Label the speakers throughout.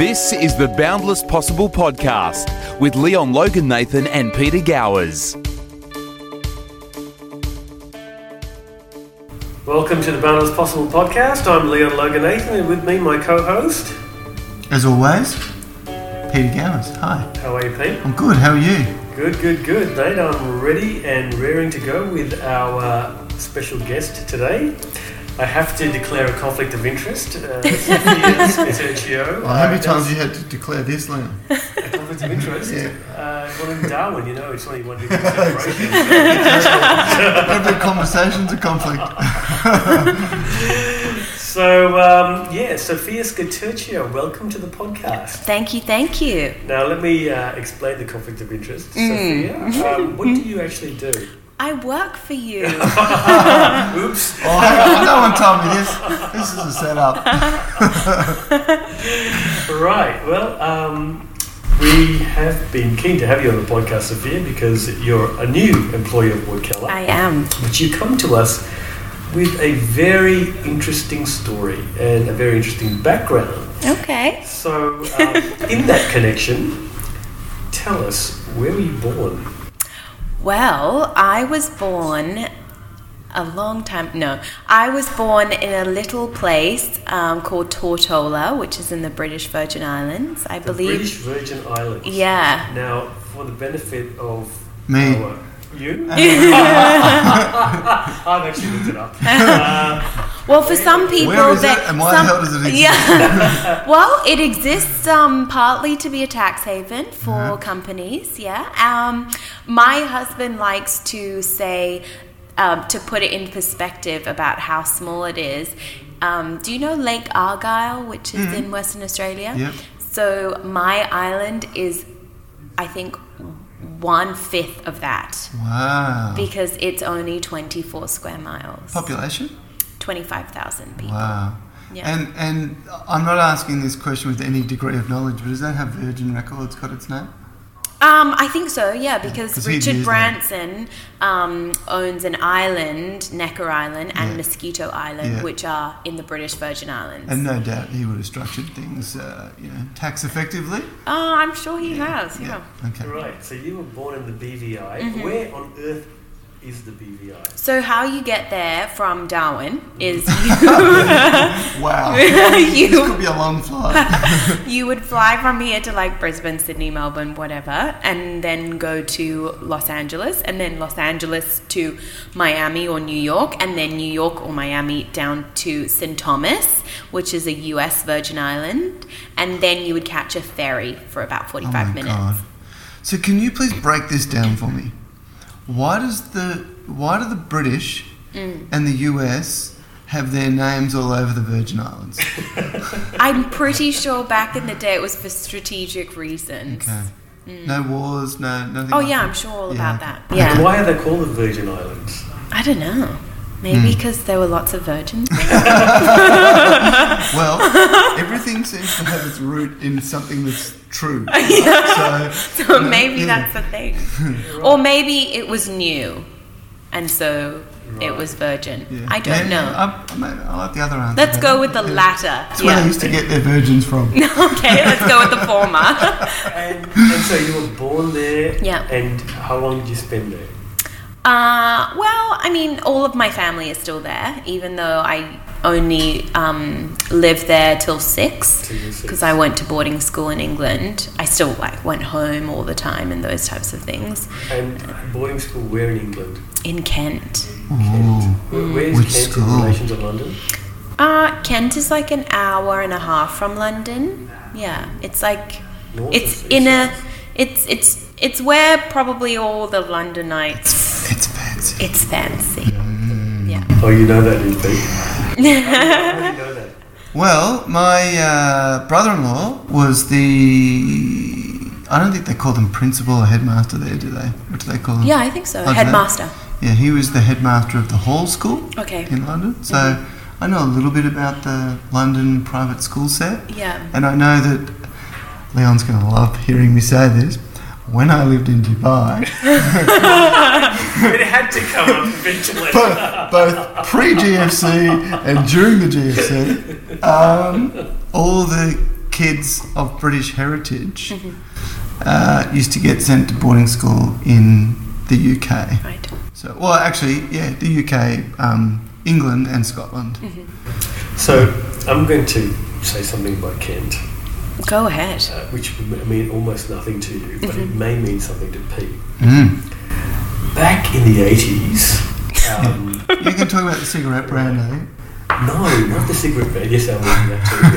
Speaker 1: This is the Boundless Possible podcast with Leon Logan Nathan and Peter Gowers.
Speaker 2: Welcome to the Boundless Possible podcast. I'm Leon Logan Nathan, and with me, my co host.
Speaker 3: As always, Peter Gowers. Hi.
Speaker 2: How are you, Pete?
Speaker 3: I'm good. How are you?
Speaker 2: Good, good, good. Mate, I'm ready and raring to go with our uh, special guest today. I have to declare a conflict of interest. Uh, Sophia Scotercio.
Speaker 3: Well, how many times you had to declare this, Liam?
Speaker 2: A conflict of interest?
Speaker 3: Yeah.
Speaker 2: Uh, well, in Darwin, you know, it's only one big separation.
Speaker 3: Every conversation's a conflict.
Speaker 2: So, um, yeah, Sophia Scotercio, welcome to the podcast.
Speaker 4: Thank you, thank you.
Speaker 2: Now, let me uh, explain the conflict of interest. Sophia, um, what do you actually do?
Speaker 4: I work for you.
Speaker 2: Oops.
Speaker 3: Oh, hang on, no one told me this. This is a setup.
Speaker 2: Right. Well, um, we have been keen to have you on the podcast, Sophia, because you're a new employee of Woodkeller.
Speaker 4: I am.
Speaker 2: But you come to us with a very interesting story and a very interesting background.
Speaker 4: Okay.
Speaker 2: So, um, in that connection, tell us where were you born?
Speaker 4: Well, I was born a long time. No, I was born in a little place um, called Tortola, which is in the British Virgin Islands, I
Speaker 2: The
Speaker 4: believe.
Speaker 2: British Virgin Islands.
Speaker 4: Yeah.
Speaker 2: Now, for the benefit of
Speaker 3: Me.
Speaker 2: our- you, I've actually looked it up.
Speaker 4: Well, for some people,
Speaker 3: Where is
Speaker 4: that
Speaker 3: it and why
Speaker 4: some,
Speaker 3: the hell does it exist?
Speaker 4: Yeah. well, it exists um, partly to be a tax haven for
Speaker 3: Uh-huh.
Speaker 4: companies. Yeah. Um, my husband likes to say um, to put it in perspective about how small it is. Um, do you know Lake Argyle, which is in Western Australia?
Speaker 3: Mm-hmm. Yep.
Speaker 4: So my island is, I think, one fifth of that
Speaker 3: Wow.
Speaker 4: because it's only twenty four square miles,
Speaker 3: Population?
Speaker 4: twenty five thousand people.
Speaker 3: Wow.
Speaker 4: Yeah.
Speaker 3: And and I'm not asking this question with any degree of knowledge, but is that how Virgin Records got its name?
Speaker 4: Um, I think so, yeah,
Speaker 3: 'cause
Speaker 4: because
Speaker 3: he'd
Speaker 4: Richard
Speaker 3: use that.
Speaker 4: Branson um, owns an island, Necker Island, and
Speaker 3: Yeah.
Speaker 4: Mosquito Island,
Speaker 3: Yeah.
Speaker 4: which are in the British Virgin Islands.
Speaker 3: And no doubt he would have structured things, uh, you know, tax effectively.
Speaker 4: oh, I'm sure he has, yeah.
Speaker 3: Okay.
Speaker 2: Right, so you were born in the BVI. Where on earth is the BVI?
Speaker 4: So, how you get there from Darwin is
Speaker 3: Wow. this
Speaker 4: you,
Speaker 3: could be a long flight.
Speaker 4: you would fly from here to like Brisbane, Sydney, Melbourne, whatever, and then go to Los Angeles, and then Los Angeles to Miami or New York, and then New York or Miami down to St. Thomas, which is a US Virgin Island, and then you would catch a ferry for about
Speaker 3: Oh
Speaker 4: 45
Speaker 3: my
Speaker 4: minutes.
Speaker 3: God. So can you please break this down for me? Why does the why do the British
Speaker 4: Mm.
Speaker 3: and the US have their names all over the Virgin Islands?
Speaker 4: I'm pretty sure back in the day it was for strategic reasons.
Speaker 3: Okay. No wars, no nothing.
Speaker 4: Mm. Oh,
Speaker 3: like
Speaker 4: yeah,
Speaker 3: that.
Speaker 4: I'm sure all
Speaker 3: Yeah,
Speaker 4: about
Speaker 3: okay.
Speaker 4: that. Yeah.
Speaker 2: And why are they called the Virgin Islands?
Speaker 4: I don't know. Maybe
Speaker 3: Hmm.
Speaker 4: because there were lots of virgins.
Speaker 3: Well, everything seems to have its root in something that's true. So
Speaker 4: So maybe
Speaker 3: yeah.
Speaker 4: that's the thing. Or maybe it was new and so it was virgin.
Speaker 3: yeah.
Speaker 4: I don't
Speaker 3: Yeah,
Speaker 4: know.
Speaker 3: I, I, might- I like the other answer.
Speaker 4: let's
Speaker 3: better.
Speaker 4: go with the
Speaker 3: Yeah.
Speaker 4: latter.
Speaker 3: That's where they
Speaker 4: Yeah.
Speaker 3: used to get their virgins from.
Speaker 4: okay, let's go with the former.
Speaker 2: And, and so you were born there.
Speaker 4: Yeah.
Speaker 2: And how long did you spend there?
Speaker 4: Uh, well, I mean, all of my family is still there, even though I only um, lived there till six
Speaker 2: Till you're six.
Speaker 4: because I went to boarding school in England. I still like went home all the time and those types of things
Speaker 2: And boarding school where in England?
Speaker 4: in Kent.
Speaker 3: Ooh.
Speaker 2: Where- Where's
Speaker 3: Mm. Which
Speaker 2: Kent in
Speaker 3: school?
Speaker 2: relation to London?
Speaker 4: Uh, Kent is like an hour and a half from London. Yeah, it's like
Speaker 2: North
Speaker 4: it's
Speaker 2: of
Speaker 4: in a
Speaker 2: East
Speaker 4: it's it's it's where probably all the Londonites.
Speaker 3: It's fancy.
Speaker 4: It's fancy. Yeah.
Speaker 3: Mm.
Speaker 2: Oh, you know that, in fact. How do you know that?
Speaker 3: Well, my uh, brother-in-law was the. I don't think they call them principal or headmaster there, do they? What do they call them?
Speaker 4: Yeah, I think so.
Speaker 3: Okay.
Speaker 4: Headmaster.
Speaker 3: Yeah, he was the headmaster of the Hall School
Speaker 4: Okay.
Speaker 3: in London. So I know a little bit about the London private school set.
Speaker 4: Yeah.
Speaker 3: And I know that Leon's going to love hearing me say this. When I lived in Dubai,
Speaker 2: It had to come up eventually.
Speaker 3: both, both pre GFC and during the GFC, um, all the kids of British heritage
Speaker 4: Mm-hmm.
Speaker 3: uh, used to get sent to boarding school in the UK.
Speaker 4: Right.
Speaker 3: So, well, actually, yeah, the UK, um, England, and Scotland.
Speaker 2: So I'm going to say something about Kent,
Speaker 4: Go ahead.
Speaker 2: uh, which m- mean almost nothing to you, but it may mean something to Pete.
Speaker 3: Mm.
Speaker 2: Back in the 80s, um,
Speaker 3: You can talk about the cigarette brand, I think.
Speaker 2: No, not the cigarette band. Yes, I was that too.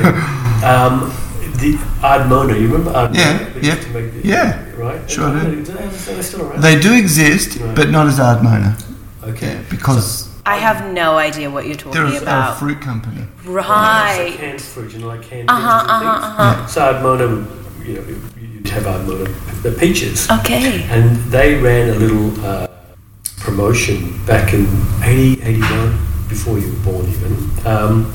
Speaker 2: yeah. Um, the Ardmona, you remember Ardmona?
Speaker 3: Yeah,
Speaker 2: They
Speaker 3: yeah,
Speaker 2: used to make the-
Speaker 3: yeah.
Speaker 2: Right?
Speaker 3: Sure
Speaker 2: And they-
Speaker 3: do.
Speaker 2: they- They're still around.
Speaker 3: They do exist,
Speaker 2: Right.
Speaker 3: but not as Ardmona.
Speaker 2: okay.
Speaker 3: Yeah, because
Speaker 4: I have no idea what you're
Speaker 3: they're
Speaker 4: talking
Speaker 3: a, a
Speaker 4: about.
Speaker 3: fruit company.
Speaker 2: Right.
Speaker 4: Right.
Speaker 2: canned fruit, you know, like canned
Speaker 4: Uh huh.
Speaker 2: fruit and
Speaker 4: Uh
Speaker 2: things.
Speaker 4: huh.
Speaker 2: So Ardmona, would, you know, you'd have Ardmona, the peaches.
Speaker 4: Uh huh. Okay.
Speaker 2: And they ran a little uh, promotion back in 80, 81, before you were born even. Um,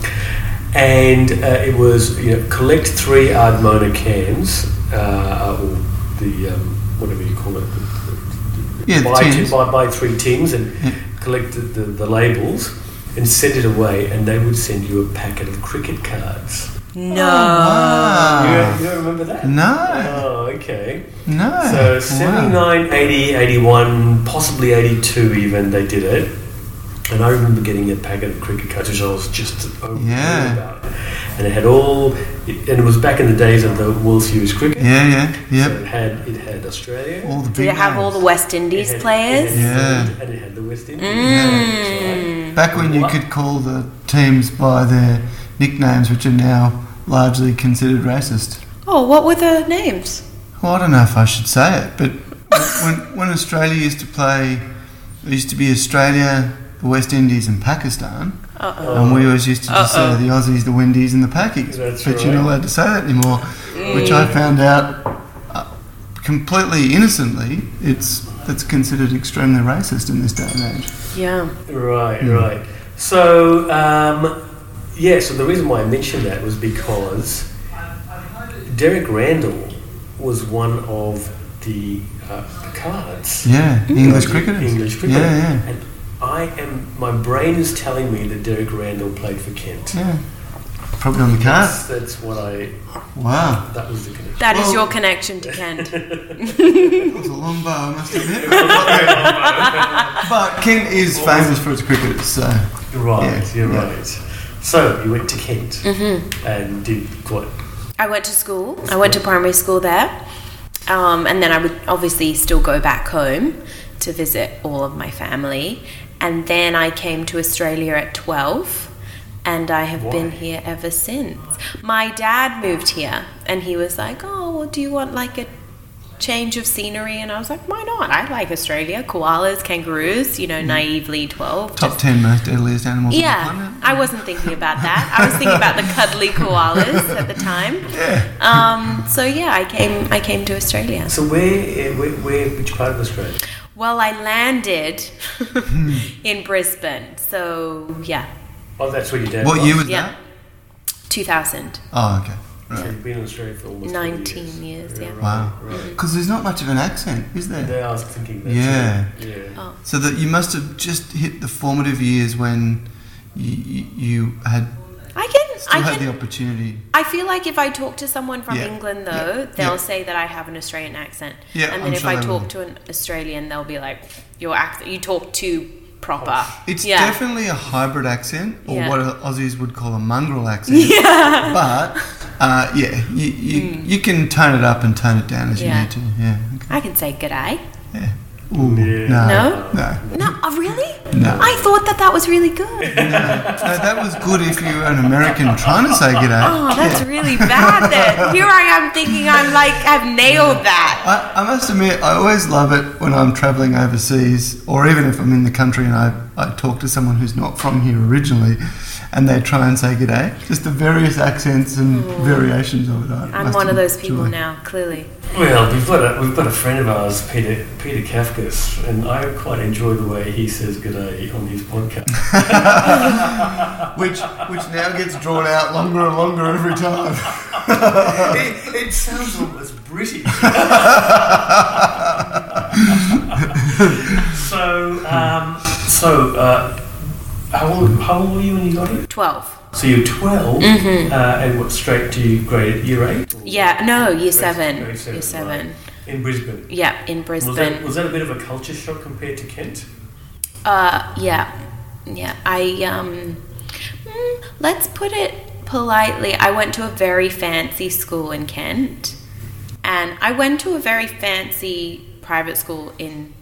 Speaker 2: and uh, it was, you know, collect three Ardmona cans, uh, or the, um, whatever you call it. the- the-
Speaker 3: Yeah, the
Speaker 2: buy,
Speaker 3: tins.
Speaker 2: buy, buy three tins and collect the, the, the labels and send it away, and they would send you a packet of cricket cards.
Speaker 3: Oh,
Speaker 4: uh, No.
Speaker 2: You, don't,
Speaker 3: Wow.
Speaker 2: you don't remember that?
Speaker 3: Ah. No,
Speaker 2: Oh, okay. So
Speaker 3: no.
Speaker 2: 79, 80, 81, possibly 82 even, they did it. And I remember getting a packet of cricket cards, which I was just overwhelmed
Speaker 3: Yeah.
Speaker 2: about. And it had all, it, and it was back in the days of the World Series cricket.
Speaker 3: Yeah, yeah,
Speaker 2: So
Speaker 3: yep.
Speaker 2: it had, it had Australia.
Speaker 3: All the big
Speaker 4: Did it have
Speaker 3: names.
Speaker 4: all the West Indies
Speaker 2: it had-
Speaker 4: players?
Speaker 2: It had,
Speaker 3: players?
Speaker 2: England, And it had the West Indies.
Speaker 4: Mm.
Speaker 3: Back when you
Speaker 2: What?
Speaker 3: could call the teams by their nicknames, which are now largely considered racist.
Speaker 4: Oh, what were the names?
Speaker 3: Well, I don't know if I should say it, but when, when Australia used to play, it used to be Australia, the West Indies, and Pakistan,
Speaker 4: Uh
Speaker 2: um,
Speaker 3: and we always used to just say
Speaker 4: Uh-oh.
Speaker 3: the Aussies, the Windies, and the Pakis.
Speaker 2: That's
Speaker 3: but
Speaker 2: right.
Speaker 3: you're not
Speaker 2: Mm.
Speaker 3: allowed to say that anymore, which I found out uh, completely innocently. It's that's considered extremely racist in this day and age.
Speaker 4: oh. Yeah.
Speaker 3: Hmm.
Speaker 2: Right, right. So, um, yeah, so the reason why I mentioned that was because Derek Randall was one of the, uh, the cards.
Speaker 3: Yeah, the English
Speaker 2: Of the
Speaker 3: cricketers.
Speaker 2: English cricket.
Speaker 3: Yeah,
Speaker 2: And I am, my brain is telling me that Derek Randall played for Kent.
Speaker 3: yeah, yeah. Mm. Probably on the card.
Speaker 2: That's, that's what I,
Speaker 3: Wow,
Speaker 2: that was the connection.
Speaker 4: That is
Speaker 3: Well-
Speaker 4: your connection to Kent.
Speaker 3: that was a long bow, I must admit. but Kent is famous for its cricketers, so
Speaker 2: Right,
Speaker 3: Yeah,
Speaker 2: you're
Speaker 3: yeah.
Speaker 2: right. So, you went to Kent and did what?
Speaker 4: I went to school. I went to primary school there. Um, and then I would obviously still go back home to visit all of my family. And then I came to Australia at 12. And I have been
Speaker 2: Why?
Speaker 4: here ever since. My dad moved here and he was like, Oh, well, do you want like a change of scenery? And I was like, Why not? I like Australia. Koalas, kangaroos, you know, naively 12.
Speaker 3: top ten most deadliest animals Mm-hmm. on the
Speaker 4: Yeah,
Speaker 3: planet.
Speaker 4: I wasn't thinking about that. I was thinking about the cuddly koalas at the time.
Speaker 3: Yeah.
Speaker 4: Um, so yeah, I came. I came to Australia.
Speaker 2: So, where, eh, where, where which part of Australia?
Speaker 4: Well, I landed in Brisbane. So yeah,
Speaker 2: Oh, that's where your dad
Speaker 3: What
Speaker 2: was.
Speaker 3: year was
Speaker 4: Um, yeah,
Speaker 3: that?
Speaker 4: 2000,
Speaker 3: Oh, okay.
Speaker 2: So
Speaker 3: Right.
Speaker 2: you've been in Australia for almost
Speaker 4: 19
Speaker 2: 40
Speaker 4: years, yeah. Mm-hmm.
Speaker 2: right,
Speaker 3: Wow.
Speaker 2: Right.
Speaker 3: Because there's not much of an accent, is there?
Speaker 2: Yeah, I was thinking that.
Speaker 3: Yeah.
Speaker 2: too. Yeah.
Speaker 3: So that you must have just hit the formative years when you, you had
Speaker 4: I can.
Speaker 3: still
Speaker 4: I
Speaker 3: had
Speaker 4: can.
Speaker 3: the opportunity.
Speaker 4: I feel like if I talk to someone from
Speaker 3: Yeah,
Speaker 4: England,
Speaker 3: yeah,
Speaker 4: though, they'll
Speaker 3: yeah.
Speaker 4: say that I have an Australian accent.
Speaker 3: Yeah,
Speaker 4: and then
Speaker 3: I'm
Speaker 4: if
Speaker 3: sure
Speaker 4: I
Speaker 3: they
Speaker 4: talk
Speaker 3: will.
Speaker 4: to an Australian, they'll be like, "Your accent. You talk too proper."
Speaker 3: Oh, It's
Speaker 4: yeah.
Speaker 3: definitely a hybrid accent, or
Speaker 4: Yeah.
Speaker 3: what Aussies would call a mongrel accent. But uh, yeah, you, you, you can tone it up and tone it down as
Speaker 4: Hmm. Yeah.
Speaker 3: you need to. Yeah. Okay.
Speaker 4: I can say "g'day."
Speaker 3: Yeah. Ooh,
Speaker 2: Yeah.
Speaker 4: No?
Speaker 3: No. No.
Speaker 4: No, oh, really?
Speaker 3: No.
Speaker 4: I thought that that was really good.
Speaker 3: No, that was good if you were an American trying to say g'day.
Speaker 4: Oh, that's really bad then. Here I am thinking I'm like, I've nailed that.
Speaker 3: I, I must admit, I always love it when I'm travelling overseas, or even if I'm in the country and I, I talk to someone who's not from here originally, and they try and say g'day. Just the various accents and variations of it. I
Speaker 4: I'm
Speaker 3: must
Speaker 4: one of those people
Speaker 3: enjoy.
Speaker 4: now, clearly.
Speaker 2: Well, we've got a we've got a friend of ours, Peter Peter Kafkas, and I quite enjoy the way he says good day on his podcast.
Speaker 3: Which, which now gets drawn out longer and longer every time.
Speaker 2: it, it sounds almost British. so, um, so uh, how old how old were you when you got here?
Speaker 4: 12.
Speaker 2: So you're 12,
Speaker 4: Mm-hmm.
Speaker 2: uh, and what straight do you grade at year eight? Or-
Speaker 4: Yeah, no, year
Speaker 2: Grade-
Speaker 4: seven.
Speaker 2: grade
Speaker 4: Year
Speaker 2: right.
Speaker 4: seven.
Speaker 2: In Brisbane.
Speaker 4: Yeah, in
Speaker 2: Was that,
Speaker 4: Brisbane.
Speaker 2: was that a bit of a culture shock compared to Kent?
Speaker 4: Uh, yeah, yeah. I um, mm, let's put it politely. I went to a very fancy school in Kent, and I went to a very fancy private school in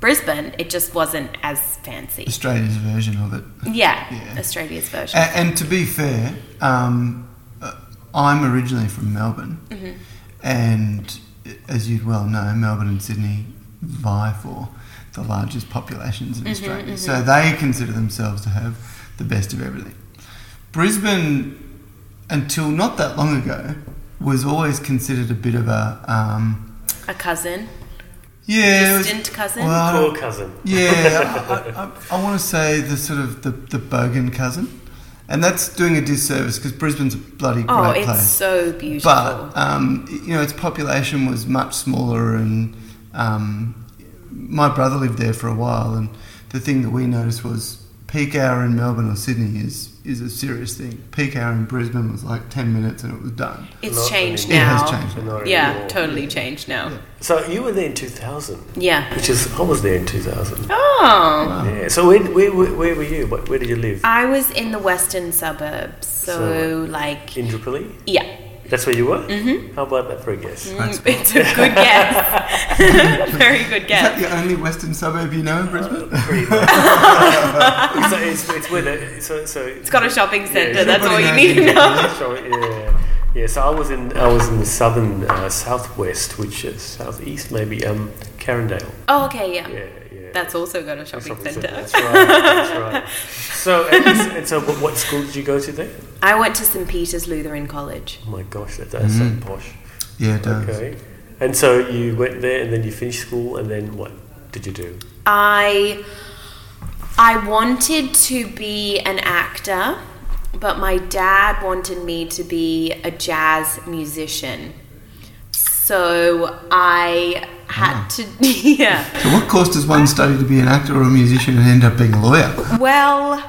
Speaker 4: Brisbane. It just wasn't as fancy.
Speaker 3: Australia's version of it.
Speaker 4: Yeah,
Speaker 3: Yeah.
Speaker 4: Australia's version.
Speaker 3: And, and to be fair, um, uh, I'm originally from Melbourne, and uh, as you well know, Melbourne and Sydney vie for the largest populations in Australia. So they consider themselves to have the best of everything. Brisbane, until not that long ago, was always considered a bit of a um,
Speaker 4: a cousin,
Speaker 3: yeah, it was-
Speaker 4: distant cousin.
Speaker 3: well, I don't-
Speaker 2: Poor cousin.
Speaker 3: yeah, I, I, I, I want to say the sort of the, the Bogan cousin, and that's doing a disservice because Brisbane's a bloody great
Speaker 4: oh, it's
Speaker 3: place.
Speaker 4: so beautiful.
Speaker 3: But um, you know, its population was much smaller, and um, my brother lived there for a while. And the thing that we noticed was peak hour in Melbourne or Sydney is is a serious thing. Peak hour in Brisbane was like ten minutes, and it was done.
Speaker 4: it's
Speaker 2: Not
Speaker 4: changed
Speaker 3: It
Speaker 4: now.
Speaker 3: has changed.
Speaker 2: Not anymore.
Speaker 4: Yeah, totally changed now.
Speaker 2: So you were there in 2000,
Speaker 4: Yeah.
Speaker 2: which is, I was there in 2000.
Speaker 4: Oh.
Speaker 2: Yeah. So where, where, where where were you? What, where did you live?
Speaker 4: I was in the western suburbs, so, like,
Speaker 2: In Tripoli?
Speaker 4: yeah. Mm,
Speaker 2: That's where you were? Mm-hmm. How about that for a guess?
Speaker 3: That's-
Speaker 4: It's a good guess. Very good
Speaker 3: Is that
Speaker 4: guess.
Speaker 3: the only western suburb you know in Brisbane?
Speaker 4: Mm-hmm.
Speaker 2: Pretty much. so it's, it's where the, so, so
Speaker 4: It's got a shopping centre,
Speaker 2: Yeah,
Speaker 4: that's all you
Speaker 3: everybody
Speaker 4: need to
Speaker 3: knows
Speaker 4: know.
Speaker 2: So, yeah, yeah. So I was in I was in the southern uh, southwest, which is southeast maybe. Um, Carindale.
Speaker 4: Oh, okay, yeah.
Speaker 2: Yeah, yeah.
Speaker 4: That's also got a shopping
Speaker 2: Shopping centre,
Speaker 4: centre.
Speaker 2: That's right. That's right. So and, and so, what, what school did you go to there?
Speaker 4: I went to St Peter's Lutheran College.
Speaker 2: Oh my gosh, that, that's so posh.
Speaker 3: Yeah, it does.
Speaker 2: Okay. And so you went there, and then you finished school, and then what did you do?
Speaker 4: I I wanted to be an actor, but my dad wanted me to be a jazz musician. So I
Speaker 3: Ah.
Speaker 4: had to yeah.
Speaker 3: So what course does one study to be an actor or a musician and end up being a lawyer?
Speaker 4: Well,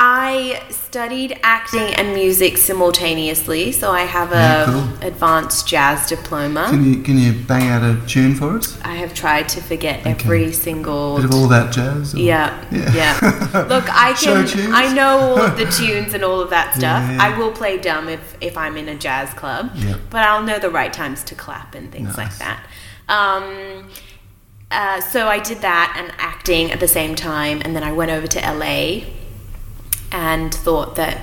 Speaker 4: I studied acting and music simultaneously, so I have
Speaker 3: Yeah,
Speaker 4: a
Speaker 3: cool.
Speaker 4: advanced jazz diploma.
Speaker 3: Can you can you bang out a tune for us?
Speaker 4: I have tried to forget every single
Speaker 3: Bit of all that jazz. or-
Speaker 4: Yeah,
Speaker 3: Yeah.
Speaker 4: yeah. Look, I
Speaker 3: Show
Speaker 4: can.
Speaker 3: tunes?
Speaker 4: I know all of the tunes and all of that stuff.
Speaker 3: Yeah.
Speaker 4: I will play dumb if if I'm in a jazz club.
Speaker 3: Yeah.
Speaker 4: But I'll know the right times to clap and things
Speaker 3: Nice.
Speaker 4: like that. Um, uh, so I did that and acting at the same time, and then I went over to LA and thought that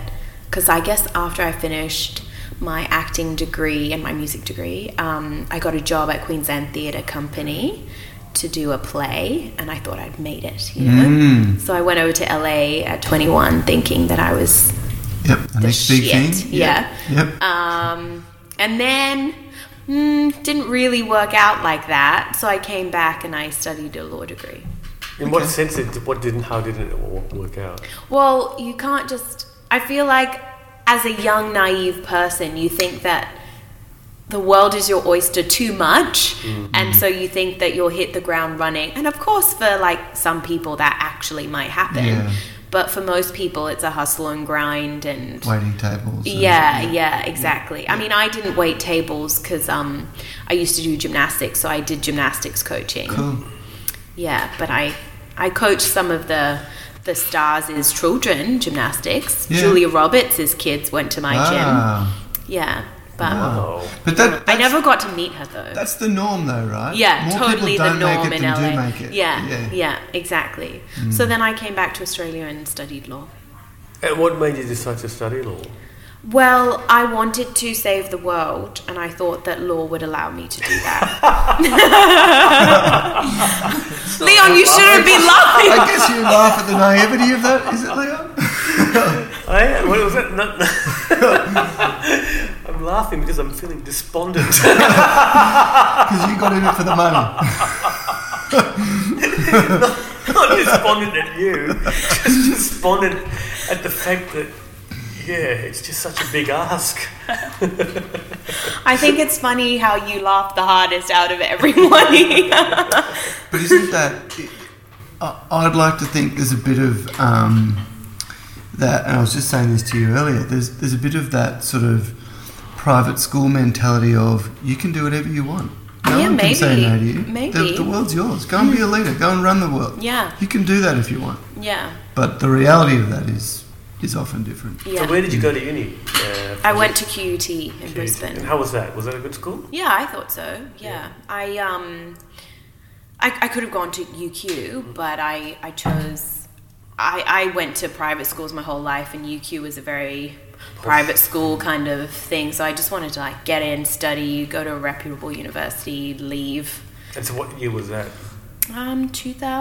Speaker 4: because I guess after I finished my acting degree and my music degree, um, I got a job at Queensland Theatre Company to do a play, and I thought I'd made it. You know?
Speaker 3: Hmm.
Speaker 4: So I went over to LA at 21, thinking that I was
Speaker 3: Yep. The,
Speaker 4: the
Speaker 3: next big
Speaker 4: shit.
Speaker 3: thing.
Speaker 4: Yeah.
Speaker 3: Yep.
Speaker 4: Um, and then mm, didn't really work out like that, so I came back and I studied a law degree.
Speaker 2: In what sense? Did, what didn't? How didn't it wo- work out?
Speaker 4: Well, you can't just. I feel like as a young, naive person, you think that the world is your oyster too much. And so you think that you'll hit the ground running. And of course, for like some people, that actually might happen.
Speaker 3: Yeah.
Speaker 4: But for most people, it's a hustle and grind and.
Speaker 3: Waiting tables. and-
Speaker 4: Yeah, yeah, exactly. I mean, I didn't wait tables because um, I used to do gymnastics, so I did gymnastics coaching.
Speaker 3: Cool.
Speaker 4: Yeah, but I I coach some of the the stars is children gymnastics.
Speaker 3: Yeah.
Speaker 4: Julia Roberts' kids went to my
Speaker 3: Wow.
Speaker 4: gym. Yeah, but
Speaker 2: Oh,
Speaker 3: Ah. But that,
Speaker 4: I
Speaker 3: that's,
Speaker 4: never got to meet her though.
Speaker 3: that's the norm, though, right?
Speaker 4: Yeah,
Speaker 3: More
Speaker 4: totally
Speaker 3: people
Speaker 4: the
Speaker 3: don't
Speaker 4: norm
Speaker 3: make it
Speaker 4: in
Speaker 3: than
Speaker 4: LA.
Speaker 3: do make it. Mm.
Speaker 4: Yeah, yeah, exactly. So then I came back to Australia and studied law.
Speaker 2: and what made you decide to study law?
Speaker 4: Well, I wanted to save the world, and I thought that law would allow me to do that. Leon, you shouldn't be laughing.
Speaker 3: I guess you laugh at the naivety of that, is it, Leon?
Speaker 2: I, what was it? No, no. I'm laughing because I'm feeling despondent.
Speaker 3: Because you got in it for the money.
Speaker 2: not despondent at you, just despondent at the fact that, yeah, it's just such a big ask.
Speaker 4: I think it's funny how you laugh the hardest out of everyone.
Speaker 3: But isn't that? I- I'd like to think there's a bit of um, that, and I was just saying this to you earlier. There's there's a bit of that sort of private school mentality of you can do whatever you want. No
Speaker 4: Yeah,
Speaker 3: one can say
Speaker 4: maybe.
Speaker 3: no to you.
Speaker 4: Maybe. Hmm.
Speaker 3: The, the world's yours. Go and be a leader. Go and run the world.
Speaker 4: Yeah.
Speaker 3: You can do that if you want.
Speaker 4: Yeah.
Speaker 3: But the reality of that is is often different.
Speaker 4: Yeah.
Speaker 2: So where did you go to uni? Uh,
Speaker 4: I went to QUT in Brisbane.
Speaker 2: And how was that? Was that a good school?
Speaker 4: Yeah, I thought so. Yeah, I um, I, I could have gone to UQ, but I I chose. I I went to private schools my whole life, and UQ was a very private school kind of thing. So I just wanted to like get in, study, go to a reputable university, leave.
Speaker 2: And so what year was that?
Speaker 4: Um,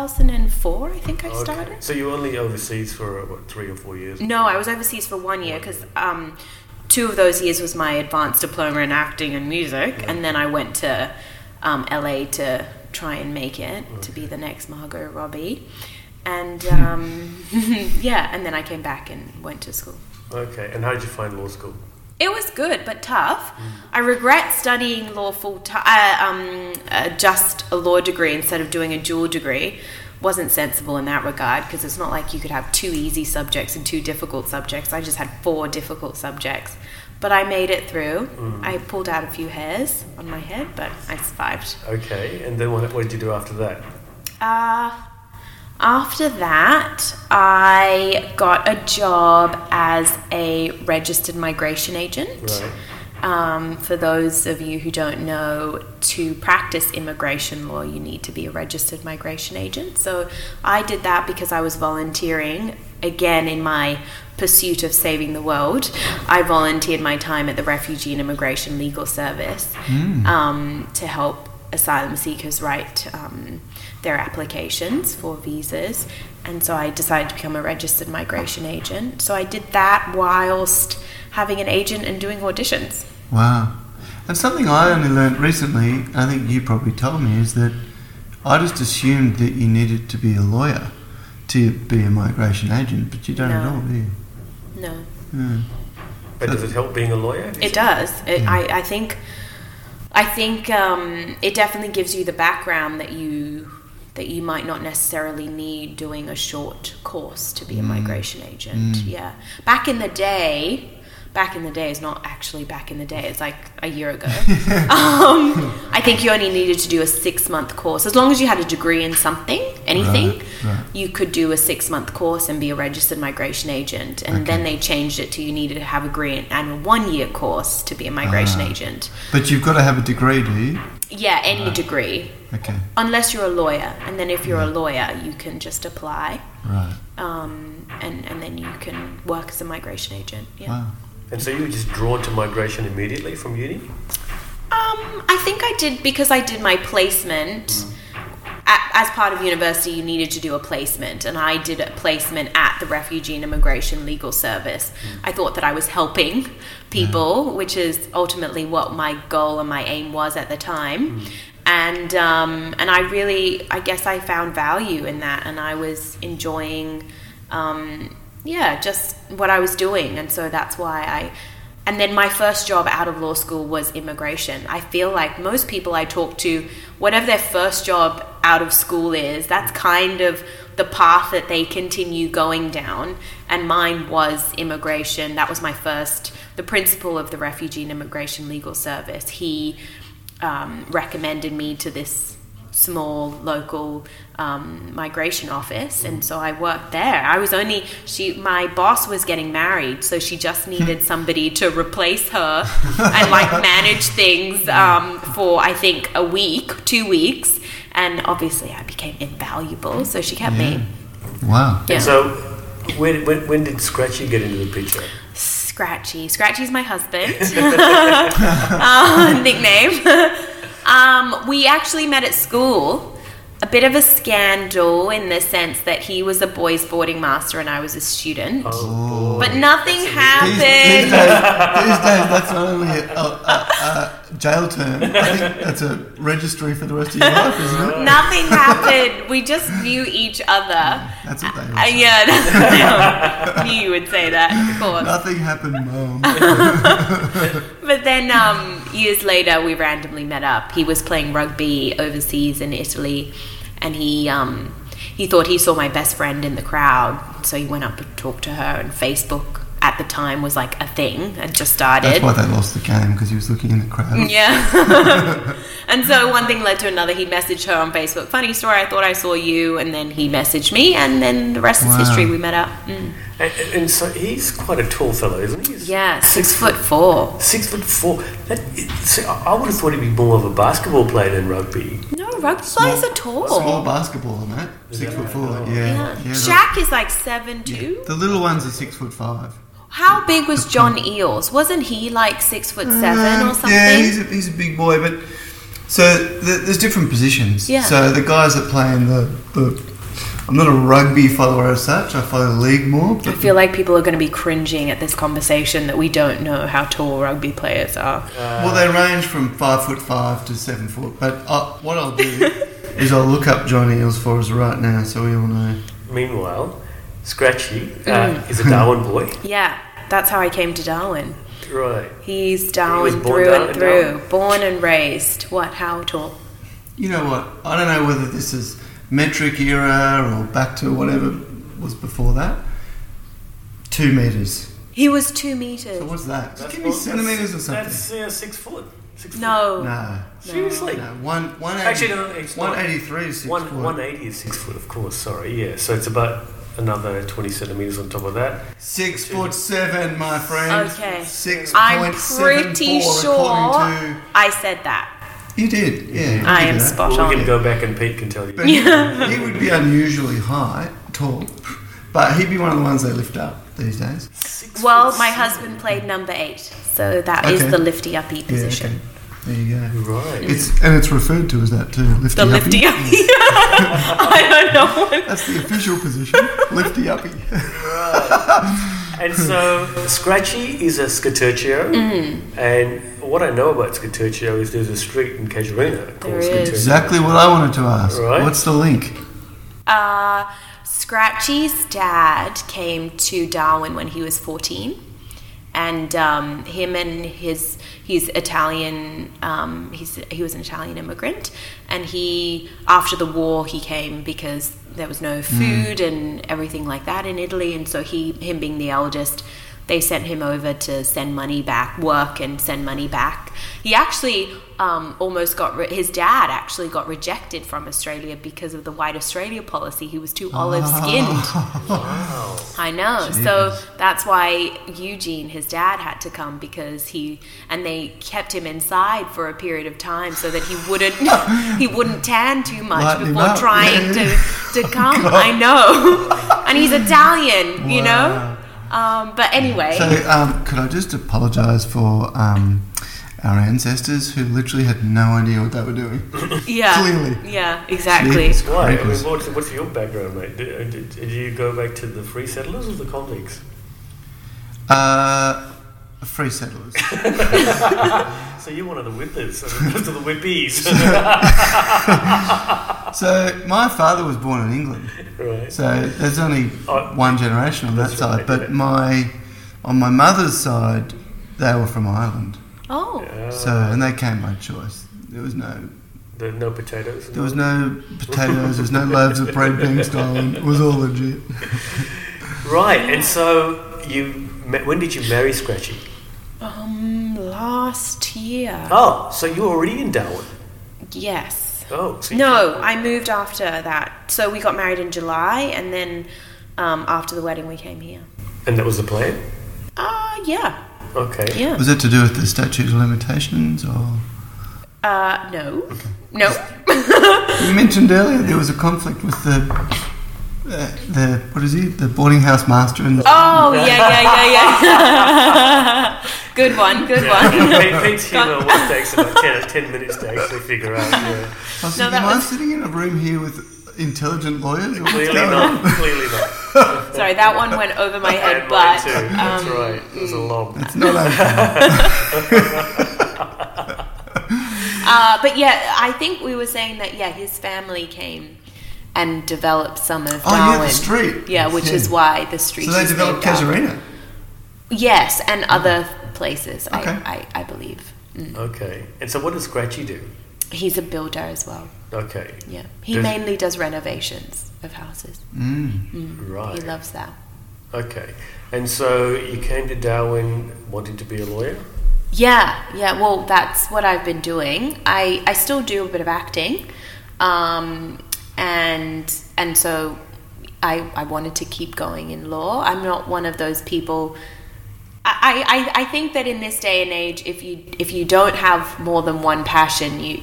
Speaker 4: 2004, I think I
Speaker 2: Okay.
Speaker 4: started.
Speaker 2: So you were only overseas for uh, what three or four years?
Speaker 4: No, I was overseas for one year because um, two of those years was my advanced diploma in acting and music, and then I went to um, LA to try and make it to be the next Margot Robbie, and um, yeah, and then I came back and went to school.
Speaker 2: Okay. And how did you find law school?
Speaker 4: It was good, but tough. I regret studying law full time, uh, um, uh, just a law degree instead of doing a dual degree. Wasn't sensible in that regard because it's not like you could have two easy subjects and two difficult subjects. I just had four difficult subjects, but I made it through. I pulled out a few hairs on my head, but I survived.
Speaker 2: Okay. And then what, what did you do after that?
Speaker 4: Uh, after that, I got a job as a registered migration agent.
Speaker 2: Right.
Speaker 4: Um, for those of you who don't know, to practice immigration law, you need to be a registered migration agent. So I did that because I was volunteering again in my pursuit of saving the world. I volunteered my time at the Refugee and Immigration Legal Service um, to help asylum seekers write um, their applications for visas. And so I decided to become a registered migration agent. So I did that whilst having an agent and doing auditions.
Speaker 3: Wow. And something I only learnt recently, and I think you probably told me, is that I just assumed that you needed to be a lawyer to be a migration agent, but you don't at
Speaker 4: No.
Speaker 3: all, do you?
Speaker 4: No,
Speaker 2: But does it help being a lawyer?
Speaker 4: it does. It,
Speaker 3: Hmm.
Speaker 4: I, I think, I think um, it definitely gives you the background that you that you might not necessarily need doing a short course to
Speaker 3: Hmm.
Speaker 4: be a migration agent. Yeah, back in the day. Back in the day is not actually back in the day. It's like a year ago. um, I think you only needed to do a six month course. As long as you had a degree in something, anything,
Speaker 3: right.
Speaker 4: you could do a six month course and be a registered migration agent. And then they changed it to you needed to have a degree and a one year course to be a migration agent.
Speaker 3: But you've got to have a degree, do you?
Speaker 4: Yeah, any degree,
Speaker 3: Okay,
Speaker 4: unless you're a lawyer. And then if you're a lawyer, you can just apply
Speaker 3: right.
Speaker 4: um, and, and then you can work as a migration agent. Yeah.
Speaker 3: Wow.
Speaker 2: And so you were just drawn to migration immediately from uni?
Speaker 4: Um, I think I did because I did my placement. A- As part of university, you needed to do a placement, and I did a placement at the Refugee and Immigration Legal Service. I thought that I was helping people, which is ultimately what my goal and my aim was at the time. And um, and I really, I guess, I found value in that, and I was enjoying, um, yeah, just what I was doing, and so that's why I and then my first job out of law school was immigration. I feel like most people I talk to, whatever their first job out of school is, that's kind of the path that they continue going down. And mine was immigration. That was my first, the principal of the Refugee and Immigration Legal Service. He um, recommended me to this small local um, migration office and so i worked there i was only she my boss was getting married so she just needed somebody to replace her and like manage things um, for i think a week two weeks and obviously i became invaluable so she kept me
Speaker 3: Wow.
Speaker 4: Yeah.
Speaker 2: So when, when, when did Scratchy get into the picture?
Speaker 4: Scratchy. Scratchy's my husband. uh, nickname. um, we actually met at school. A bit of a scandal in the sense that he was a boys' boarding master and I was a student.
Speaker 2: Oh,
Speaker 4: But nothing
Speaker 3: These, these, days, these days,
Speaker 4: happened.
Speaker 3: that's not only a, a, a jail term, I think that's a registry for the rest of your life, isn't it?
Speaker 4: Nothing happened. We just knew each other.
Speaker 3: That's what they
Speaker 4: Uh,
Speaker 3: were.
Speaker 4: yeah, that's- I knew you would say that, of course.
Speaker 3: Nothing happened, Mum.
Speaker 4: But then um, years later, we randomly met up. He was playing rugby overseas in Italy, and he um, he thought he saw my best friend in the crowd, so he went up and talked to her. And Facebook at the time was like a thing, it just started.
Speaker 3: That's why they lost the game because he was looking in the crowd.
Speaker 4: Yeah. and so one thing led to another. He messaged her on Facebook. Funny story. I thought I saw you, and then he messaged me, and then the rest is
Speaker 3: Wow.
Speaker 4: history. We met up. Mm.
Speaker 2: And, and so he's quite a tall fellow, isn't he? He's
Speaker 4: Yeah, six foot four.
Speaker 2: Six foot four. That, it, see, I I would have thought he'd be more of a basketball player than rugby.
Speaker 4: No, rugby players are tall.
Speaker 3: Small basketball, mate. Six
Speaker 2: Yeah.
Speaker 3: foot four. Yeah.
Speaker 4: Yeah.
Speaker 3: yeah.
Speaker 4: Shaq is like seven two.
Speaker 3: the, the little ones are six foot five.
Speaker 4: How big was John Eels? Wasn't he like six foot seven
Speaker 3: Um,
Speaker 4: or something?
Speaker 3: Yeah, he's a, he's a big boy, but so th there's different positions.
Speaker 4: Yeah.
Speaker 3: So the guys that play in the, the I'm not a rugby follower as such. I follow the league more.
Speaker 4: I
Speaker 3: But
Speaker 4: feel like people are going to be cringing at this conversation that we don't know how tall rugby players are.
Speaker 3: well, they range from five foot five to seven foot. But I, what I'll do is I'll look up John Eels for us right now, so we all know.
Speaker 2: Meanwhile, Scratchy uh,
Speaker 4: Mm.
Speaker 2: is a Darwin boy.
Speaker 4: Yeah, that's how I came to Darwin.
Speaker 2: Right.
Speaker 4: He's Darwin
Speaker 2: born
Speaker 4: through
Speaker 2: down
Speaker 4: and
Speaker 2: in
Speaker 4: through,
Speaker 2: Darwin.
Speaker 4: born and raised. What? How tall?
Speaker 3: You know what? I don't know whether this is metric era or back to whatever was before that. Two meters.
Speaker 4: He was two meters.
Speaker 3: So what's that? Just
Speaker 2: That's
Speaker 3: give me
Speaker 2: more-
Speaker 3: centimeters or something.
Speaker 2: That's uh, six foot. Six
Speaker 4: no.
Speaker 3: no.
Speaker 2: Foot. Seriously.
Speaker 3: No, one, one
Speaker 2: Actually,
Speaker 3: eighty-
Speaker 2: no, it's not.
Speaker 3: 183 is six
Speaker 2: One,
Speaker 3: foot.
Speaker 2: 180 is six foot, of course. Sorry, yeah. So it's about another 20 centimeters on top of that.
Speaker 3: Six foot seven, my friend.
Speaker 4: Okay.
Speaker 3: Six
Speaker 4: I'm
Speaker 3: point seven
Speaker 4: pretty
Speaker 3: four,
Speaker 4: sure
Speaker 3: according to-
Speaker 4: I said that.
Speaker 3: you did, yeah. you
Speaker 4: I
Speaker 3: did
Speaker 4: am
Speaker 3: that.
Speaker 4: spot
Speaker 2: Well, we
Speaker 4: on.
Speaker 2: can go back and Pete can tell you.
Speaker 3: But he would be unusually high, tall, but he'd be one of the ones they lift up these days.
Speaker 2: Six
Speaker 4: Well,
Speaker 2: foot
Speaker 4: my
Speaker 2: seven.
Speaker 4: husband played number eight, so that is
Speaker 3: Okay.
Speaker 4: the lifty uppy position.
Speaker 3: okay. There you go.
Speaker 2: Right.
Speaker 3: It's and it's referred to as that too. Lifty
Speaker 4: The lifty uppy. I don't know. What
Speaker 3: That's the official position. lifty uppy.
Speaker 2: And so Scratchy is a Scaturcio,
Speaker 4: Mm-hmm.
Speaker 2: and what I know about Scaturcio is there's a street in Casuarina called
Speaker 4: There is.
Speaker 2: Scaturcio.
Speaker 3: Exactly what I wanted to ask.
Speaker 2: Right.
Speaker 3: What's the link?
Speaker 4: Uh, Scratchy's dad came to Darwin when he was 14. And um, him and his he's Italian. Um, he's he was an Italian immigrant, and he after the war he came because there was no food and everything like that in Italy, and so he him being the eldest, they sent him over to send money back, work and send money back. He actually um, almost got re- his dad actually got rejected from Australia because of the white Australia policy. He was too olive skinned. I know, so that's why Eugene, his dad, had to come because he and they kept him inside for a period of time so that he wouldn't he wouldn't tan too much
Speaker 3: Lighten him
Speaker 4: before
Speaker 3: up.
Speaker 4: trying
Speaker 3: Yeah,
Speaker 4: to to come. I know, and he's Italian, you know.
Speaker 3: Wow.
Speaker 4: Um, but anyway,
Speaker 3: So, um, could I just apologise for um, our ancestors who literally had no idea what they were doing?
Speaker 4: yeah,
Speaker 3: clearly.
Speaker 4: yeah, exactly.
Speaker 3: Jesus
Speaker 2: Why? I mean,
Speaker 3: Christ.
Speaker 2: what's, what's your background, mate? Did, did, did you go back to the free settlers or the convicts?
Speaker 3: Uh, free settlers.
Speaker 2: So you're one of the whippers, as opposed to the whippies.
Speaker 3: so, my father was born in England.
Speaker 2: right.
Speaker 3: So there's only
Speaker 2: Oh,
Speaker 3: one generation on that
Speaker 2: that's right,
Speaker 3: side, but
Speaker 2: yeah.
Speaker 3: my on my mother's side, they were from Ireland.
Speaker 4: Oh,
Speaker 2: Uh,
Speaker 3: So and they came by choice. There was no
Speaker 2: the, no potatoes.
Speaker 3: there was no potatoes. there was no loaves of bread being stolen. It was all legit.
Speaker 2: Right, and so you. ma- When did you marry Scratchy?
Speaker 4: um, last year,
Speaker 2: Oh, so you were already in Darwin.
Speaker 4: yes.
Speaker 2: Oh, so you-
Speaker 4: No, I moved after that. So we got married in July, and then um, after the wedding, we came here.
Speaker 2: And that was the plan.
Speaker 4: Uh, yeah,
Speaker 2: Okay.
Speaker 4: yeah.
Speaker 3: Was it to do with the statute of limitations or?
Speaker 4: Uh, no, no.
Speaker 3: You mentioned earlier there was a conflict with the. Uh, the what is he? The boarding house master and the,
Speaker 4: Oh, yeah, yeah, yeah, yeah. good one, good one.
Speaker 2: Pete- Pete's humour always takes about 10, 10 minutes to actually figure out. Yeah.
Speaker 3: I was
Speaker 4: no,
Speaker 3: thinking,
Speaker 4: that
Speaker 3: am I
Speaker 4: was-
Speaker 3: sitting in a room here with intelligent lawyers? Or what's
Speaker 2: Clearly
Speaker 3: going on?
Speaker 2: not. Clearly not.
Speaker 4: Sorry, that one went over my head,
Speaker 2: And mine
Speaker 4: but
Speaker 2: too. That's
Speaker 4: um,
Speaker 2: right. It was a long.
Speaker 3: It's not okay.
Speaker 4: uh, but yeah, I think we were saying that yeah, his family came and developed some of
Speaker 3: Oh, yeah,
Speaker 4: Darwin.
Speaker 3: the street.
Speaker 4: Yeah, which is
Speaker 3: Yeah.
Speaker 4: why the street.
Speaker 3: So they
Speaker 4: is
Speaker 3: developed
Speaker 4: named after-
Speaker 3: Casuarina.
Speaker 4: Yes, and other places,
Speaker 3: Okay.
Speaker 4: I, I, I believe.
Speaker 2: Okay. And so, what does Scratchy do?
Speaker 4: He's a builder as well.
Speaker 2: Okay.
Speaker 4: Yeah, he
Speaker 2: Does-
Speaker 4: mainly does renovations of houses. Mm.
Speaker 2: Right.
Speaker 4: He loves that.
Speaker 2: Okay. And so you came to Darwin wanting to be a lawyer?
Speaker 4: Yeah, yeah. Well, that's what I've been doing. I, I still do a bit of acting, um, and and so I I wanted to keep going in law. I'm not one of those people. I, I, I think that in this day and age, if you if you don't have more than one passion, you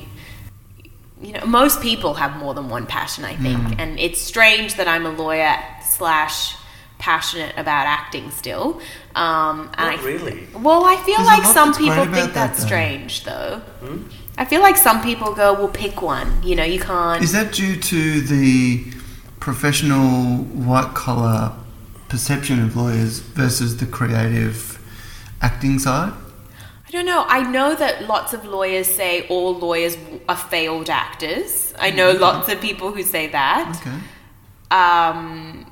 Speaker 4: you know most people have more than one passion. I think, and it's strange that I'm a lawyer slash passionate about acting still. Um, and
Speaker 2: Not
Speaker 4: I,
Speaker 2: really.
Speaker 4: well, I feel
Speaker 3: There's a
Speaker 4: like
Speaker 3: lot
Speaker 4: some
Speaker 3: that's great
Speaker 4: people
Speaker 3: about
Speaker 4: think
Speaker 3: that,
Speaker 4: that's
Speaker 3: though.
Speaker 4: strange, though. I feel like some people go, "Well, pick one." You know, you can't.
Speaker 3: Is that due to the professional white collar perception of lawyers versus the creative acting side?
Speaker 4: I don't know. I know that lots of lawyers say all lawyers are failed actors. I know lots of people who say that.
Speaker 3: Mm-hmm. Okay.
Speaker 4: Um,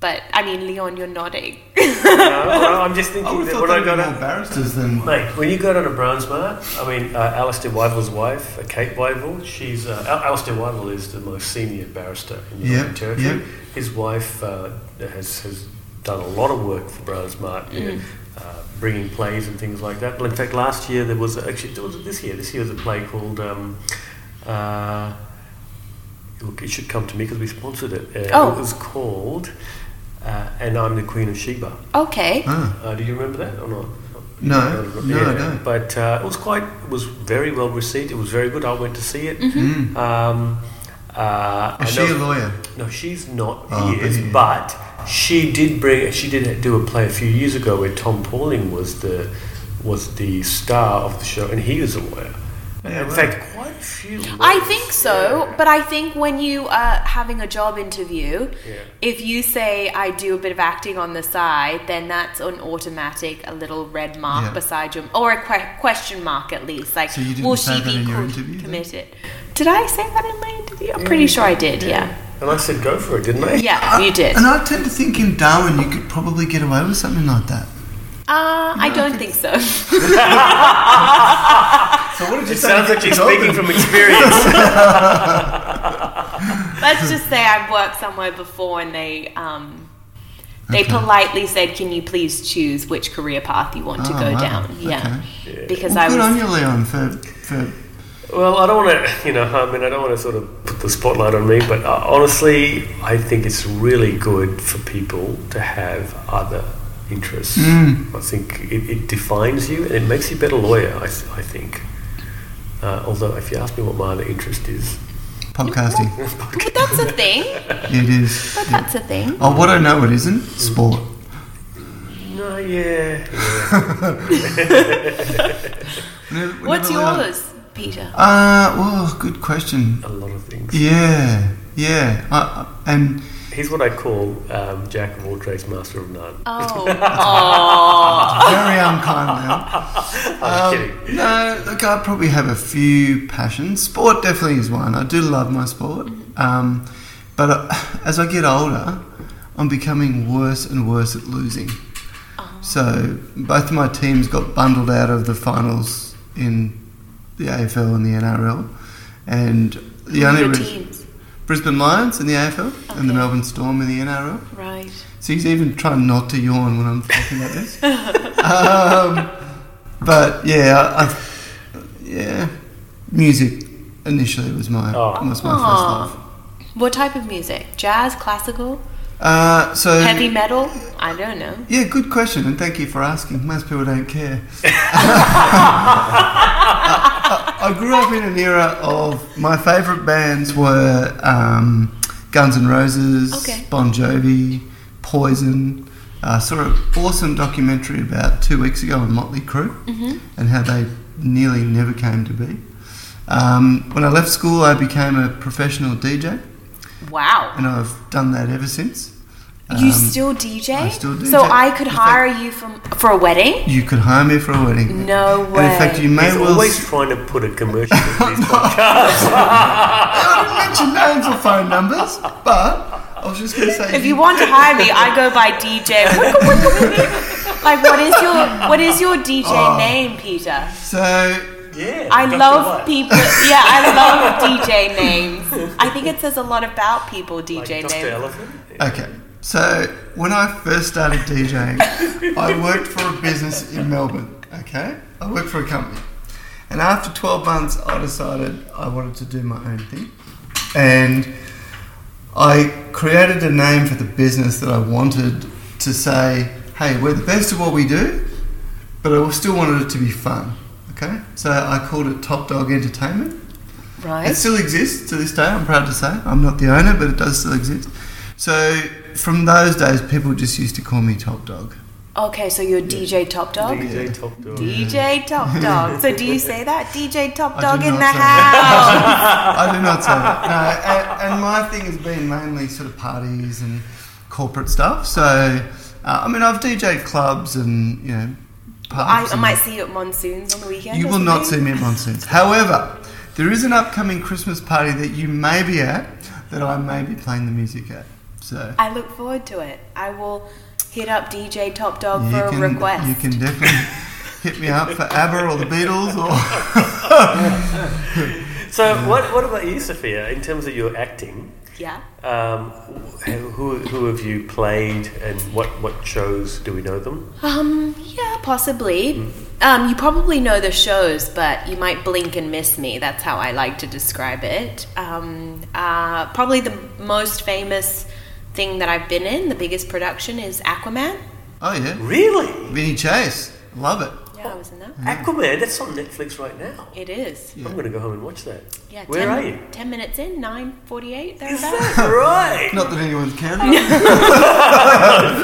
Speaker 4: but I mean, Leon, you're nodding.
Speaker 2: No, well, I'm just thinking
Speaker 3: I would
Speaker 2: that
Speaker 3: have
Speaker 2: when
Speaker 3: thought
Speaker 2: I
Speaker 3: they were
Speaker 2: got
Speaker 3: more
Speaker 2: out.
Speaker 3: barristers than.
Speaker 2: Mate, when you got on a Brown's Mart, I mean, uh, Alistair Wyvil's wife, uh, Kate Wyvil, she's. Uh, Al- Alistair Wyvil is the most senior barrister in the
Speaker 3: Yeah,
Speaker 2: Northern Territory.
Speaker 3: yeah.
Speaker 2: His wife uh, has, has done a lot of work for Brown's Mart, you know, uh, bringing plays and things like that. Well, in fact, last year there was. Actually, there was this year. This year was a play called. Um, uh, Look, it should come to me because we sponsored it. Uh,
Speaker 4: Oh.
Speaker 2: It was called uh, And I'm the Queen of Sheba.
Speaker 4: okay.
Speaker 3: Ah,
Speaker 2: Uh, do you remember that or not?
Speaker 3: No, no, I don't.
Speaker 2: But uh, it was quite, it was very well received. It was very good. I went to see it.
Speaker 4: Mm-hmm.
Speaker 2: Um, uh, I
Speaker 3: Mm. is she
Speaker 2: know-
Speaker 3: a lawyer?
Speaker 2: No, she's not.
Speaker 3: Oh,
Speaker 2: he is,
Speaker 3: but he-
Speaker 2: but she did bring. She did do a play a few years ago where Tom Pauling was the was the star of the show, and he was a lawyer.
Speaker 3: Yeah,
Speaker 2: in
Speaker 3: wow.
Speaker 2: fact, quite a few.
Speaker 4: I
Speaker 2: lawyers,
Speaker 4: think so,
Speaker 2: yeah.
Speaker 4: but I think when you are having a job interview,
Speaker 2: Yeah.
Speaker 4: if you say I do a bit of acting on the side, then that's an automatic a little red mark
Speaker 3: Yeah.
Speaker 4: beside your or a que- question mark at least. Like,
Speaker 3: So you didn't
Speaker 4: will
Speaker 3: say
Speaker 4: she
Speaker 3: that
Speaker 4: be
Speaker 3: in your
Speaker 4: co-
Speaker 3: interview, then?
Speaker 4: committed? Did I say that in my interview? I'm pretty sure I did. Yeah,
Speaker 2: And I said, go for it, didn't I?
Speaker 4: yeah, you did.
Speaker 3: And I tend to think in Darwin you could probably get away with something like that.
Speaker 4: Uh, I don't think so.
Speaker 3: So what did you
Speaker 2: It sounds like you're speaking from experience.
Speaker 4: Let's just say I've worked somewhere before and they um, they
Speaker 3: Okay.
Speaker 4: politely said, "Can you please choose which career path you want to
Speaker 3: Oh,
Speaker 4: go
Speaker 3: wow.
Speaker 4: down?" Yeah, because
Speaker 3: Well, good
Speaker 4: I
Speaker 3: on
Speaker 4: was.
Speaker 3: you, Leon, for, for
Speaker 2: Well, I don't want to, you know, I mean, I don't want to sort of put the spotlight on me, but uh, honestly, I think it's really good for people to have other interests. I think it, it defines you and it makes you a better lawyer, I, s- I think. Uh, although, if you ask me what my other interest is,
Speaker 3: podcasting.
Speaker 4: But that's a thing.
Speaker 3: it is.
Speaker 4: But that's a thing.
Speaker 3: Oh, what I know it isn't sport.
Speaker 2: no, yeah.
Speaker 3: Whenever- whenever
Speaker 4: What's
Speaker 3: Leon-
Speaker 4: yours, Peter?
Speaker 3: Uh, well, good question.
Speaker 2: a lot of things.
Speaker 3: Yeah, yeah. I, I- and
Speaker 2: He's what I call um, Jack of all trades, master of none.
Speaker 4: Oh, oh.
Speaker 3: very unkind, Leon.
Speaker 2: I'm kidding.
Speaker 3: No, look, I probably have a few passions. Sport definitely is one. I do love my sport. Um, but I, as I get older, I'm becoming worse and worse at losing.
Speaker 4: Oh.
Speaker 3: So both of my teams got bundled out of the finals in the AFL and the NRL. And the only
Speaker 4: your
Speaker 3: re-
Speaker 4: teams,
Speaker 3: Brisbane Lions in the AFL and
Speaker 4: Okay.
Speaker 3: the Melbourne Storm in the NRL.
Speaker 4: right?
Speaker 3: So he's even trying not to yawn when I'm talking about this. um, but yeah, I, I, yeah, music initially was my
Speaker 2: Oh.
Speaker 3: was my first love.
Speaker 4: What type of music? Jazz, classical,
Speaker 3: Uh, so
Speaker 4: heavy metal? I don't know.
Speaker 3: yeah, good question, and thank you for asking. Most people don't care. I, I grew up in an era of my favourite bands were um, Guns N' Roses,
Speaker 4: Okay.
Speaker 3: Bon Jovi, Poison. I saw an awesome documentary about two weeks ago on Motley Crue
Speaker 4: Mm-hmm.
Speaker 3: and how they nearly never came to be. Um, when I left school, I became a professional DJ,
Speaker 4: Wow.
Speaker 3: and I've done that ever since.
Speaker 4: you
Speaker 3: Um,
Speaker 4: still DJ?
Speaker 3: I still
Speaker 4: So
Speaker 3: DJ.
Speaker 4: I could
Speaker 3: In fact-
Speaker 4: hire you from for a wedding?
Speaker 3: You could hire me for a wedding.
Speaker 4: No
Speaker 3: And in fact,
Speaker 4: way.
Speaker 3: you may
Speaker 2: He's
Speaker 3: well.
Speaker 2: always trying to put a commercial in these
Speaker 3: I didn't mention names or phone numbers, but I was just going to say.
Speaker 4: If you want to hire me, I go by DJ. Wicka,
Speaker 3: Oh.
Speaker 4: wicka, wicka. like what is your what is your DJ name, Peter?
Speaker 3: So
Speaker 2: Yeah,
Speaker 4: I
Speaker 2: Dr.
Speaker 4: love
Speaker 2: What.
Speaker 4: people. Yeah, I love DJ names. I think it says a lot about people. DJ
Speaker 2: like Dr.
Speaker 4: names.
Speaker 2: Elephant.
Speaker 3: Okay. So when I first started DJing, I worked for a business in Melbourne. Okay, I worked for a company, and after 12 months, I decided I wanted to do my own thing, and I created a name for the business that I wanted to say, "Hey, we're the best at what we do," but I still wanted it to be fun. Okay, so I called it Top Dog Entertainment. It
Speaker 4: Right.
Speaker 3: still exists to this day, I'm proud to say. I'm not the owner, but it does still exist. So from those days, people just used to call me Top Dog.
Speaker 4: Okay, so you're DJ Top Dog.
Speaker 2: DJ Top Dog.
Speaker 4: DJ Top Dog. So do you say that? DJ Top
Speaker 3: I
Speaker 4: Dog
Speaker 3: do
Speaker 4: in
Speaker 3: not
Speaker 4: the
Speaker 3: say
Speaker 4: house.
Speaker 3: I do not say that. No, and, and my thing has been mainly sort of parties and corporate stuff. So, uh, I mean, I've DJed clubs and, you know,
Speaker 4: I,
Speaker 3: pubs.
Speaker 4: I
Speaker 3: and-
Speaker 4: might see you at monsoons on the weekend.
Speaker 3: You
Speaker 4: or
Speaker 3: will not see
Speaker 4: something.
Speaker 3: me at Monsoons. However, there is an upcoming Christmas party that you may be at that I may be playing the music at. So.
Speaker 4: I look forward to it. I will hit up DJ Top Dog
Speaker 3: You
Speaker 4: for
Speaker 3: can,
Speaker 4: a request.
Speaker 3: You can definitely hit me up for ABBA or the Beatles or.
Speaker 2: So what what about you, Sophia? In terms of your acting,
Speaker 4: yeah.
Speaker 2: um, who who have you played, and what what shows do we know them?
Speaker 4: Um, yeah, possibly. Um, you probably know the shows, but you might blink and miss me. That's how I like to describe it. Um, uh, probably the most famous thing that I've been in, the biggest production, is Aquaman.
Speaker 3: Oh, yeah.
Speaker 2: Really,
Speaker 3: Vinny Chase. Love it.
Speaker 4: Yeah, I was in that.
Speaker 2: Aquaman? That's on Netflix right now.
Speaker 4: It is.
Speaker 2: I'm going to go home and watch that.
Speaker 4: Yeah.
Speaker 2: Where
Speaker 4: 10,
Speaker 2: are you?
Speaker 4: Ten minutes in, nine forty-eight.
Speaker 2: Is that
Speaker 4: Thereabouts.
Speaker 2: right?
Speaker 3: Not that anyone's counting. you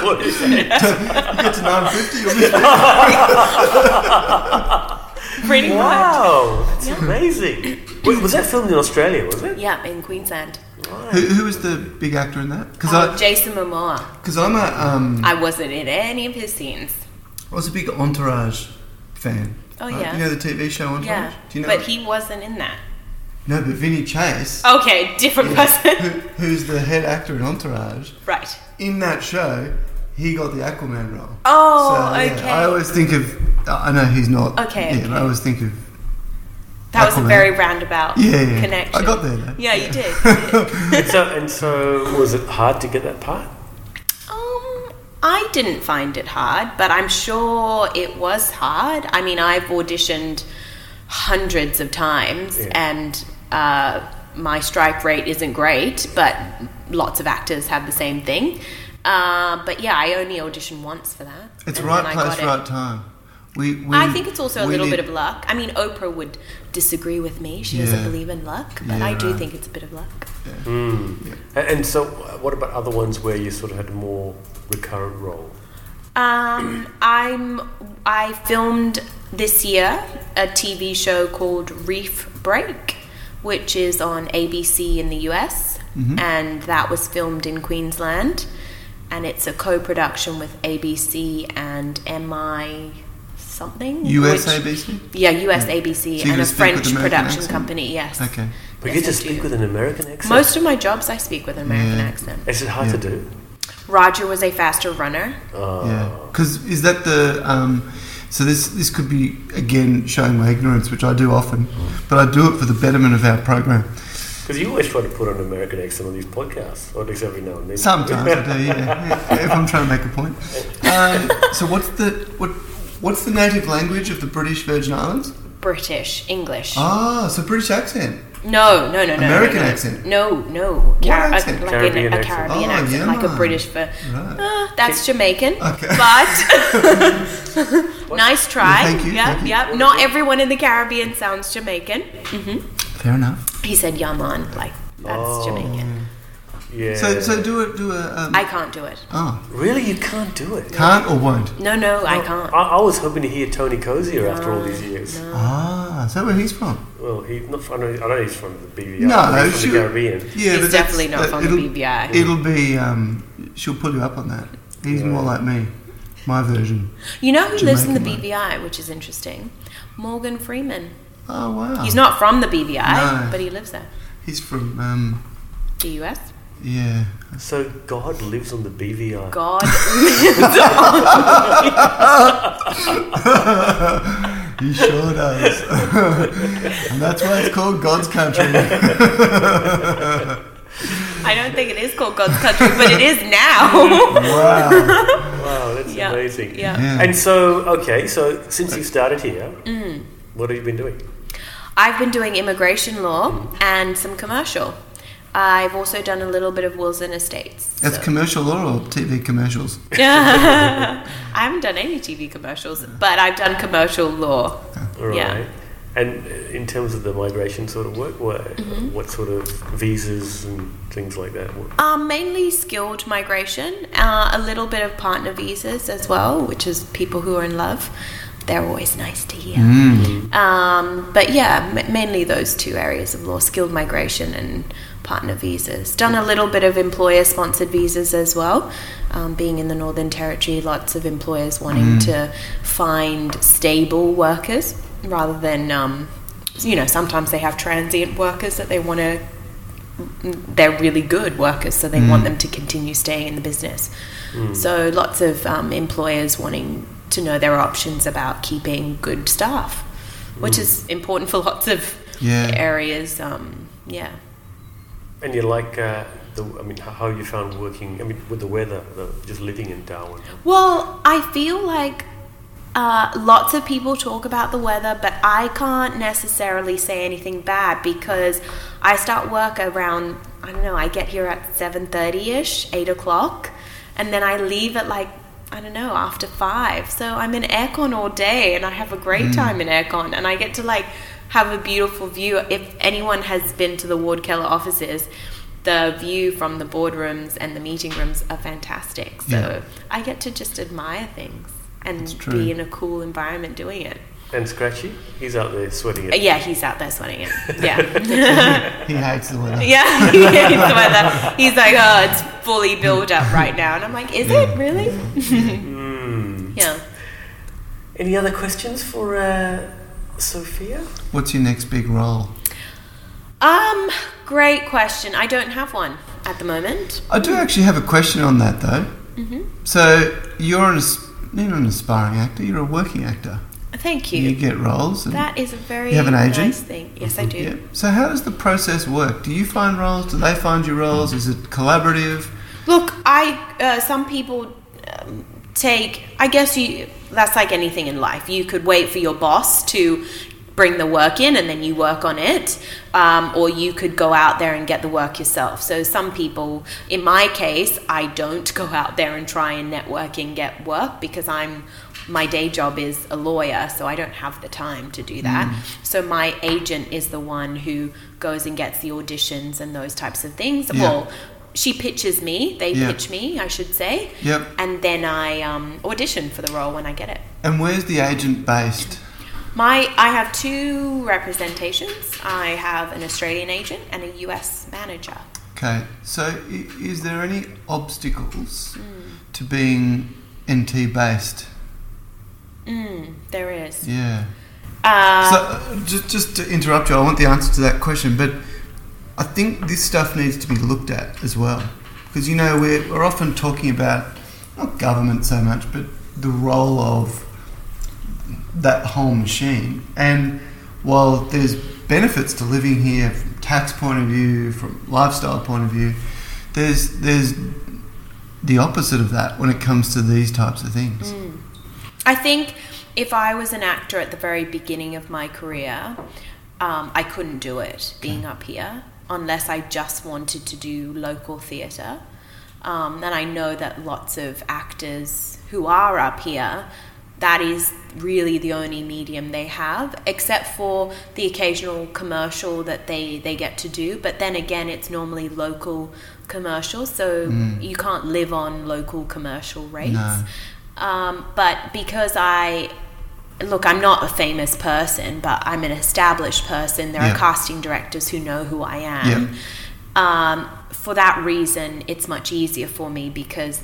Speaker 2: What is that?
Speaker 3: get to 950, you'll be.
Speaker 4: Pretty much.
Speaker 2: Wow, that's
Speaker 4: Yeah.
Speaker 2: amazing. Wait, was that filmed in Australia? Was it?
Speaker 4: Yeah, in Queensland.
Speaker 3: Who, who was the big actor in that? Because
Speaker 4: Um,
Speaker 3: I,
Speaker 4: Jason Momoa.
Speaker 3: because I'm a, um,
Speaker 4: I wasn't in any of his scenes.
Speaker 3: I was a big Entourage fan.
Speaker 4: Oh,
Speaker 2: Uh,
Speaker 3: right?
Speaker 4: yeah.
Speaker 3: You know the TV show Entourage.
Speaker 4: Yeah,
Speaker 3: Do you know?
Speaker 4: but
Speaker 3: it?
Speaker 4: he wasn't in that.
Speaker 3: no, but Vinny Chase,
Speaker 4: Okay, different
Speaker 3: who,
Speaker 4: person.
Speaker 3: who's the head actor in Entourage,
Speaker 4: right.
Speaker 3: in that show, he got the Aquaman role.
Speaker 4: Oh,
Speaker 3: So, yeah,
Speaker 4: okay.
Speaker 3: I always think of. I know he's not.
Speaker 4: Okay,
Speaker 3: Yeah, but I
Speaker 4: okay.
Speaker 3: always think of.
Speaker 4: that was a
Speaker 3: Aquaman.
Speaker 4: very roundabout
Speaker 3: Yeah, yeah.
Speaker 4: connection.
Speaker 3: I got there. Though.
Speaker 4: Yeah, you did. You did.
Speaker 2: And so, and so, was it hard to get that part?
Speaker 4: um, I didn't find it hard, but I'm sure it was hard. I mean, I've auditioned hundreds of times,
Speaker 2: Yeah.
Speaker 4: and uh, my strike rate isn't great, but lots of actors have the same thing. Uh, but yeah, I only auditioned once for that.
Speaker 3: It's
Speaker 4: and
Speaker 3: right
Speaker 4: then I
Speaker 3: place,
Speaker 4: got it.
Speaker 3: right time. We, we,
Speaker 4: I think it's also a
Speaker 3: we
Speaker 4: little
Speaker 3: did-
Speaker 4: bit of luck. I mean, Oprah would disagree with me. She doesn't
Speaker 3: Yeah.
Speaker 4: believe in luck, but
Speaker 3: Yeah,
Speaker 4: I do
Speaker 3: right.
Speaker 4: think it's a bit of luck.
Speaker 2: A- And so, uh, what about other ones where you sort of had a more recurrent role?
Speaker 4: Um, I'm. I filmed this year a TV show called Reef Break, which is on ABC in the US,
Speaker 3: Mm-hmm.
Speaker 4: and that was filmed in Queensland, and it's a co-production with ABC and MI something
Speaker 3: US
Speaker 4: which-
Speaker 3: ABC?
Speaker 4: Yeah, US ABC
Speaker 3: So you
Speaker 4: and
Speaker 3: gotta
Speaker 4: a
Speaker 3: speak with
Speaker 4: French
Speaker 3: American
Speaker 4: production
Speaker 3: accent?
Speaker 4: company. Yes.
Speaker 3: Okay.
Speaker 2: But you get
Speaker 4: Yes, I
Speaker 2: to
Speaker 4: do.
Speaker 2: speak with an American accent.
Speaker 4: Most of my jobs I speak with an American
Speaker 3: Yeah.
Speaker 4: accent.
Speaker 2: Is it hard to
Speaker 3: Yeah.
Speaker 2: do?
Speaker 4: Roger was a faster runner.
Speaker 2: Uh,
Speaker 3: Yeah. Because is that the. Um, so this, this could be, again, showing my ignorance, which I do often, but I do it for the betterment of our program.
Speaker 2: Because you always try to put on an American accent on these podcasts, or at least every now and then.
Speaker 3: Sometimes I do, yeah. if I'm trying to make a point. Um, so what's the. What, What's the native language of the British Virgin Islands?
Speaker 4: British, English.
Speaker 3: Ah, so British accent.
Speaker 4: no, no, no, no. no,
Speaker 3: American
Speaker 4: no.
Speaker 3: accent?
Speaker 4: No, no. Car-
Speaker 3: accent?
Speaker 4: A, like
Speaker 2: Caribbean
Speaker 4: in a
Speaker 2: accent.
Speaker 4: Caribbean
Speaker 3: Oh,
Speaker 4: accent,
Speaker 3: yeah,
Speaker 4: like a
Speaker 3: man.
Speaker 4: British for.
Speaker 3: Right.
Speaker 4: Uh, that's Jamaican.
Speaker 3: Okay.
Speaker 4: But nice try.
Speaker 3: Thank you,
Speaker 4: Yep,
Speaker 3: thank you.
Speaker 4: yep. Not everyone in the Caribbean sounds Jamaican.
Speaker 3: Fair enough.
Speaker 4: He said Yaman, like that's
Speaker 2: Oh.
Speaker 4: Jamaican.
Speaker 2: Yeah.
Speaker 3: So, so do it. Do a. Um,
Speaker 4: I can't do it.
Speaker 3: oh,
Speaker 2: really, you can't do it.
Speaker 3: can't or won't.
Speaker 4: No, no, I
Speaker 3: oh,
Speaker 4: can't.
Speaker 2: I, I was hoping to hear Tony Cozier after all these years.
Speaker 3: Ah, is that where he's from?
Speaker 2: Well, he not. From, I, know, I know he's from the BVI.
Speaker 3: No,
Speaker 2: he's from
Speaker 3: she-
Speaker 2: the Caribbean.
Speaker 3: Yeah,
Speaker 4: He's
Speaker 3: but that's-
Speaker 4: definitely not
Speaker 3: that-
Speaker 4: from the
Speaker 3: it'll-
Speaker 4: BVI.
Speaker 3: It'll be. Um, she'll pull you up on that. He's more like me, my version.
Speaker 4: You know who lives in the
Speaker 3: Jamaican
Speaker 4: BVI, which is interesting? Morgan Freeman.
Speaker 3: Oh wow.
Speaker 4: He's not from the BVI,
Speaker 3: No.
Speaker 4: but he lives there.
Speaker 3: He's from. Um,
Speaker 4: The US.
Speaker 3: yeah.
Speaker 2: So God lives on the BVI.
Speaker 4: God.
Speaker 3: He sure does. and that's why it's called God's country.
Speaker 4: I don't think it is called God's country, but it is now.
Speaker 3: Wow.
Speaker 2: Wow, that's
Speaker 4: Yeah.
Speaker 2: amazing.
Speaker 4: yeah.
Speaker 3: Yeah.
Speaker 2: And so, okay, so since you started here,
Speaker 4: Mm.
Speaker 2: what have you been doing?
Speaker 4: I've been doing immigration law and some commercial. I've also done a little bit of Wilson Estates.
Speaker 3: That's commercial law or TV commercials?
Speaker 4: I haven't done any TV commercials, but I've done commercial law.
Speaker 2: All
Speaker 4: Yeah.
Speaker 2: right. And uh, in terms of the migration sort of work, what,
Speaker 4: Mm-hmm.
Speaker 2: what sort of visas and things like that? What,
Speaker 4: Um, mainly skilled migration, uh, a little bit of partner visas as well, which is people who are in love. They're always nice to hear. Um, but yeah, m- mainly those two areas of law skilled migration and partner visas. Done a little bit of employer sponsored visas as well. Um, being in the Northern Territory, lots of employers wanting to find stable workers rather than, um, you know, sometimes they have transient workers that they want to they're really good workers, so they want them to continue staying in the business. So lots of um, employers wanting to know their options about keeping good staff, which is important for lots of
Speaker 3: Yeah.
Speaker 4: areas. Um, yeah.
Speaker 2: and you like, uh, the, I mean, how- how you found working, I mean, with the weather, the, just living in Darwin?
Speaker 4: Well, I feel like uh, lots of people talk about the weather, but I can't necessarily say anything bad because I start work around I don't know. I get here at seven thirty ish, eight o'clock, and then I leave at like I don't know after five. So I'm in aircon all day, and I have a great time in aircon, and I get to like have a beautiful view. If anyone has been to the Ward Keller offices. The view from the boardrooms and the meeting rooms are fantastic. So
Speaker 3: Yeah.
Speaker 4: I get to just admire things and
Speaker 3: true.
Speaker 4: be in a cool environment doing it. Uh,
Speaker 2: And Scratchy, he's out there sweating it.
Speaker 4: Yeah, he's out there sweating it. Yeah.
Speaker 3: He hates the weather.
Speaker 4: yeah. he's, the one that- he's like, oh, it's fully built up right now. And I'm like, is
Speaker 3: Mm.
Speaker 4: it really? yeah.
Speaker 2: Any other questions for uh, Sophia?
Speaker 3: What's your next big role?
Speaker 4: Um, great question. I don't have one at the moment.
Speaker 3: I do actually have a question on that though.
Speaker 4: Mm-hmm.
Speaker 3: So you're an, as- you're not an aspiring actor, you're a working actor.
Speaker 4: Thank
Speaker 3: You
Speaker 4: you.
Speaker 3: get roles. And
Speaker 4: That is a very
Speaker 3: You have an agent?
Speaker 4: nice thing. Yes, I do.
Speaker 3: Yeah. So how does the process work? Do you find roles? Do they find you roles? Is it collaborative?
Speaker 4: Look, I uh, some people um, take. I guess you. That's like anything in life. You could wait for your boss to bring the work in, and then you work on it, um, or you could go out there and get the work yourself. So some people, in my case, I don't go out there and try and network and get work because I'm. My day job is a lawyer, so I don't have the time to do that. So my agent is the one who goes and gets the auditions and those types of things.
Speaker 3: Yeah.
Speaker 4: Well, she pitches me, they
Speaker 3: Yeah.
Speaker 4: pitch me, I should say.
Speaker 3: Yep.
Speaker 4: And then I um, audition for the role when I get it.
Speaker 3: And where's the agent based?
Speaker 4: My I have two representations. I have an Australian agent and a US manager.
Speaker 3: Okay. So i- is there any obstacles to being NT based?
Speaker 4: Mm, there is.
Speaker 3: Yeah.
Speaker 4: Uh,
Speaker 3: So, uh, just, just to interrupt you, I want the answer to that question, but I think this stuff needs to be looked at as well. Because, you know, we're, we're often talking about, not government so much, but the role of that whole machine. And while there's benefits to living here from tax point of view, from lifestyle point of view, there's, there's the opposite of that when it comes to these types of things.
Speaker 4: I think if I was an actor at the very beginning of my career, um, I couldn't do it being up here unless I just wanted to do local theatre. Um, and I know that lots of actors who are up here, that is really the only medium they have, except for the occasional commercial that they, they get to do. But then again, it's normally local commercials, so you can't live on local commercial rates.
Speaker 3: No.
Speaker 4: Um, but because I look, I'm not a famous person, but I'm an established person. There
Speaker 3: Yeah.
Speaker 4: are casting directors who know who I
Speaker 3: Yeah.
Speaker 4: am. Um, for that reason, it's much easier for me because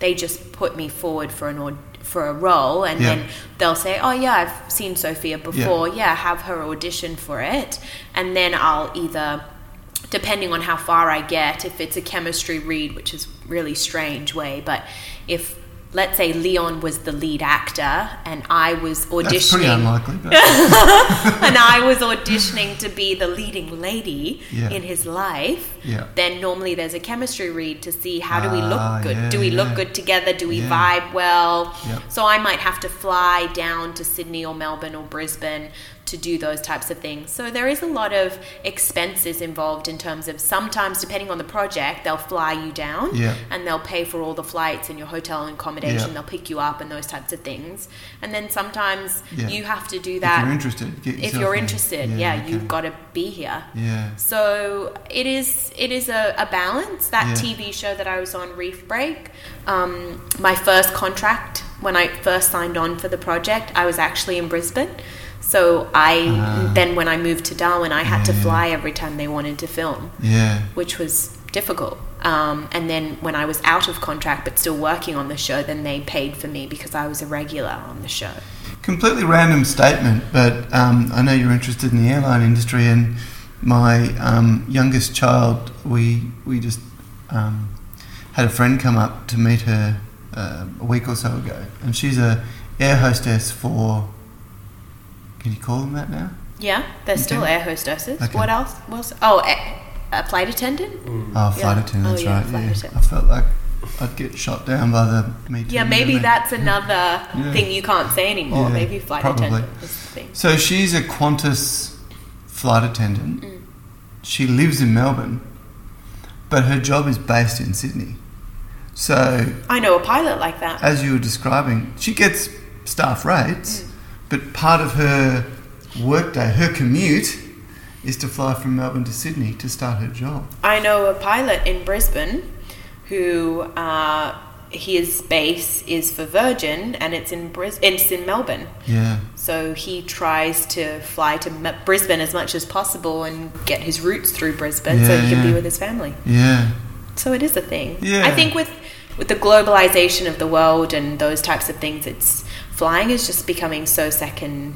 Speaker 4: they just put me forward for an aud- for a role, and
Speaker 3: Yeah.
Speaker 4: then they'll say, "Oh yeah, I've seen Sophia before. Yeah. have her audition for it," and then I'll either. Depending on how far I get, if it's a chemistry read, which is really strange way, but if let's say Leon was the lead actor and I was auditioning
Speaker 3: That's pretty unlikely. But
Speaker 4: and I was auditioning to be the leading lady
Speaker 3: Yeah.
Speaker 4: in his life,
Speaker 3: Yeah.
Speaker 4: then normally there's a chemistry read to see how do we
Speaker 3: Ah,
Speaker 4: look good?
Speaker 3: yeah,
Speaker 4: do we look
Speaker 3: yeah.
Speaker 4: good together? Do we
Speaker 3: Yeah.
Speaker 4: vibe well?
Speaker 3: Yep.
Speaker 4: So I might have to fly down to Sydney or Melbourne or Brisbane to do those types of things. So there is a lot of expenses involved in terms of sometimes depending on the project, they'll fly you down
Speaker 3: Yeah.
Speaker 4: and they'll pay for all the flights and your hotel and accommodation,
Speaker 3: Yeah.
Speaker 4: they'll pick you up and those types of things. And then sometimes
Speaker 3: Yeah.
Speaker 4: you have to do
Speaker 3: if
Speaker 4: that
Speaker 3: you're interested, get
Speaker 4: if
Speaker 3: yourself
Speaker 4: you're
Speaker 3: in.
Speaker 4: interested yeah,
Speaker 3: okay.
Speaker 4: you've got to be here
Speaker 3: Yeah.
Speaker 4: so it is it is a, a balance that
Speaker 3: Yeah.
Speaker 4: tv show that i was on reef break um, my first contract when i first signed on for the project i was actually in brisbane so i
Speaker 3: Ah.
Speaker 4: then when i moved to darwin i had to
Speaker 3: Yeah, yeah.
Speaker 4: fly every time they wanted to film
Speaker 3: Yeah.
Speaker 4: which was difficult um, and then when i was out of contract but still working on the show then they paid for me because i was a regular on the show
Speaker 3: Completely random statement, but um, I know you're interested in the airline industry, and my um, youngest child, we we just um, had a friend come up to meet her uh, a week or so ago, and she's a air hostess for. Can you call them that now?
Speaker 4: Yeah, they're
Speaker 3: Okay.
Speaker 4: still air hostesses.
Speaker 3: Okay.
Speaker 4: What else? What else? Oh, a, a flight attendant.
Speaker 3: Oh, flight
Speaker 4: Yeah.
Speaker 3: attendants,
Speaker 4: Oh, yeah,
Speaker 3: right?
Speaker 4: flight
Speaker 3: yeah.
Speaker 4: attendant.
Speaker 3: I felt like I'd get shot down by the me Too
Speaker 4: Yeah, maybe
Speaker 3: movement.
Speaker 4: that's another
Speaker 3: Yeah.
Speaker 4: thing you can't say anymore.
Speaker 3: Yeah,
Speaker 4: maybe flight
Speaker 3: probably.
Speaker 4: attendant is the thing.
Speaker 3: So she's a Qantas flight attendant. She lives in Melbourne, but her job is based in Sydney. So,
Speaker 4: I know a pilot like that.
Speaker 3: as you were describing, she gets staff rates, but part of her workday, her commute, is to fly from Melbourne to Sydney to start her job.
Speaker 4: I know a pilot in Brisbane who uh, his base is for Virgin, and it's in Bris- It's in Melbourne.
Speaker 3: Yeah.
Speaker 4: So he tries to fly to M- Brisbane as much as possible and get his roots through Brisbane so
Speaker 3: Yeah,
Speaker 4: he can be
Speaker 3: yeah.
Speaker 4: with his family.
Speaker 3: Yeah.
Speaker 4: So it is a thing.
Speaker 3: Yeah.
Speaker 4: I think with with the globalization of the world and those types of things, it's flying is just becoming so second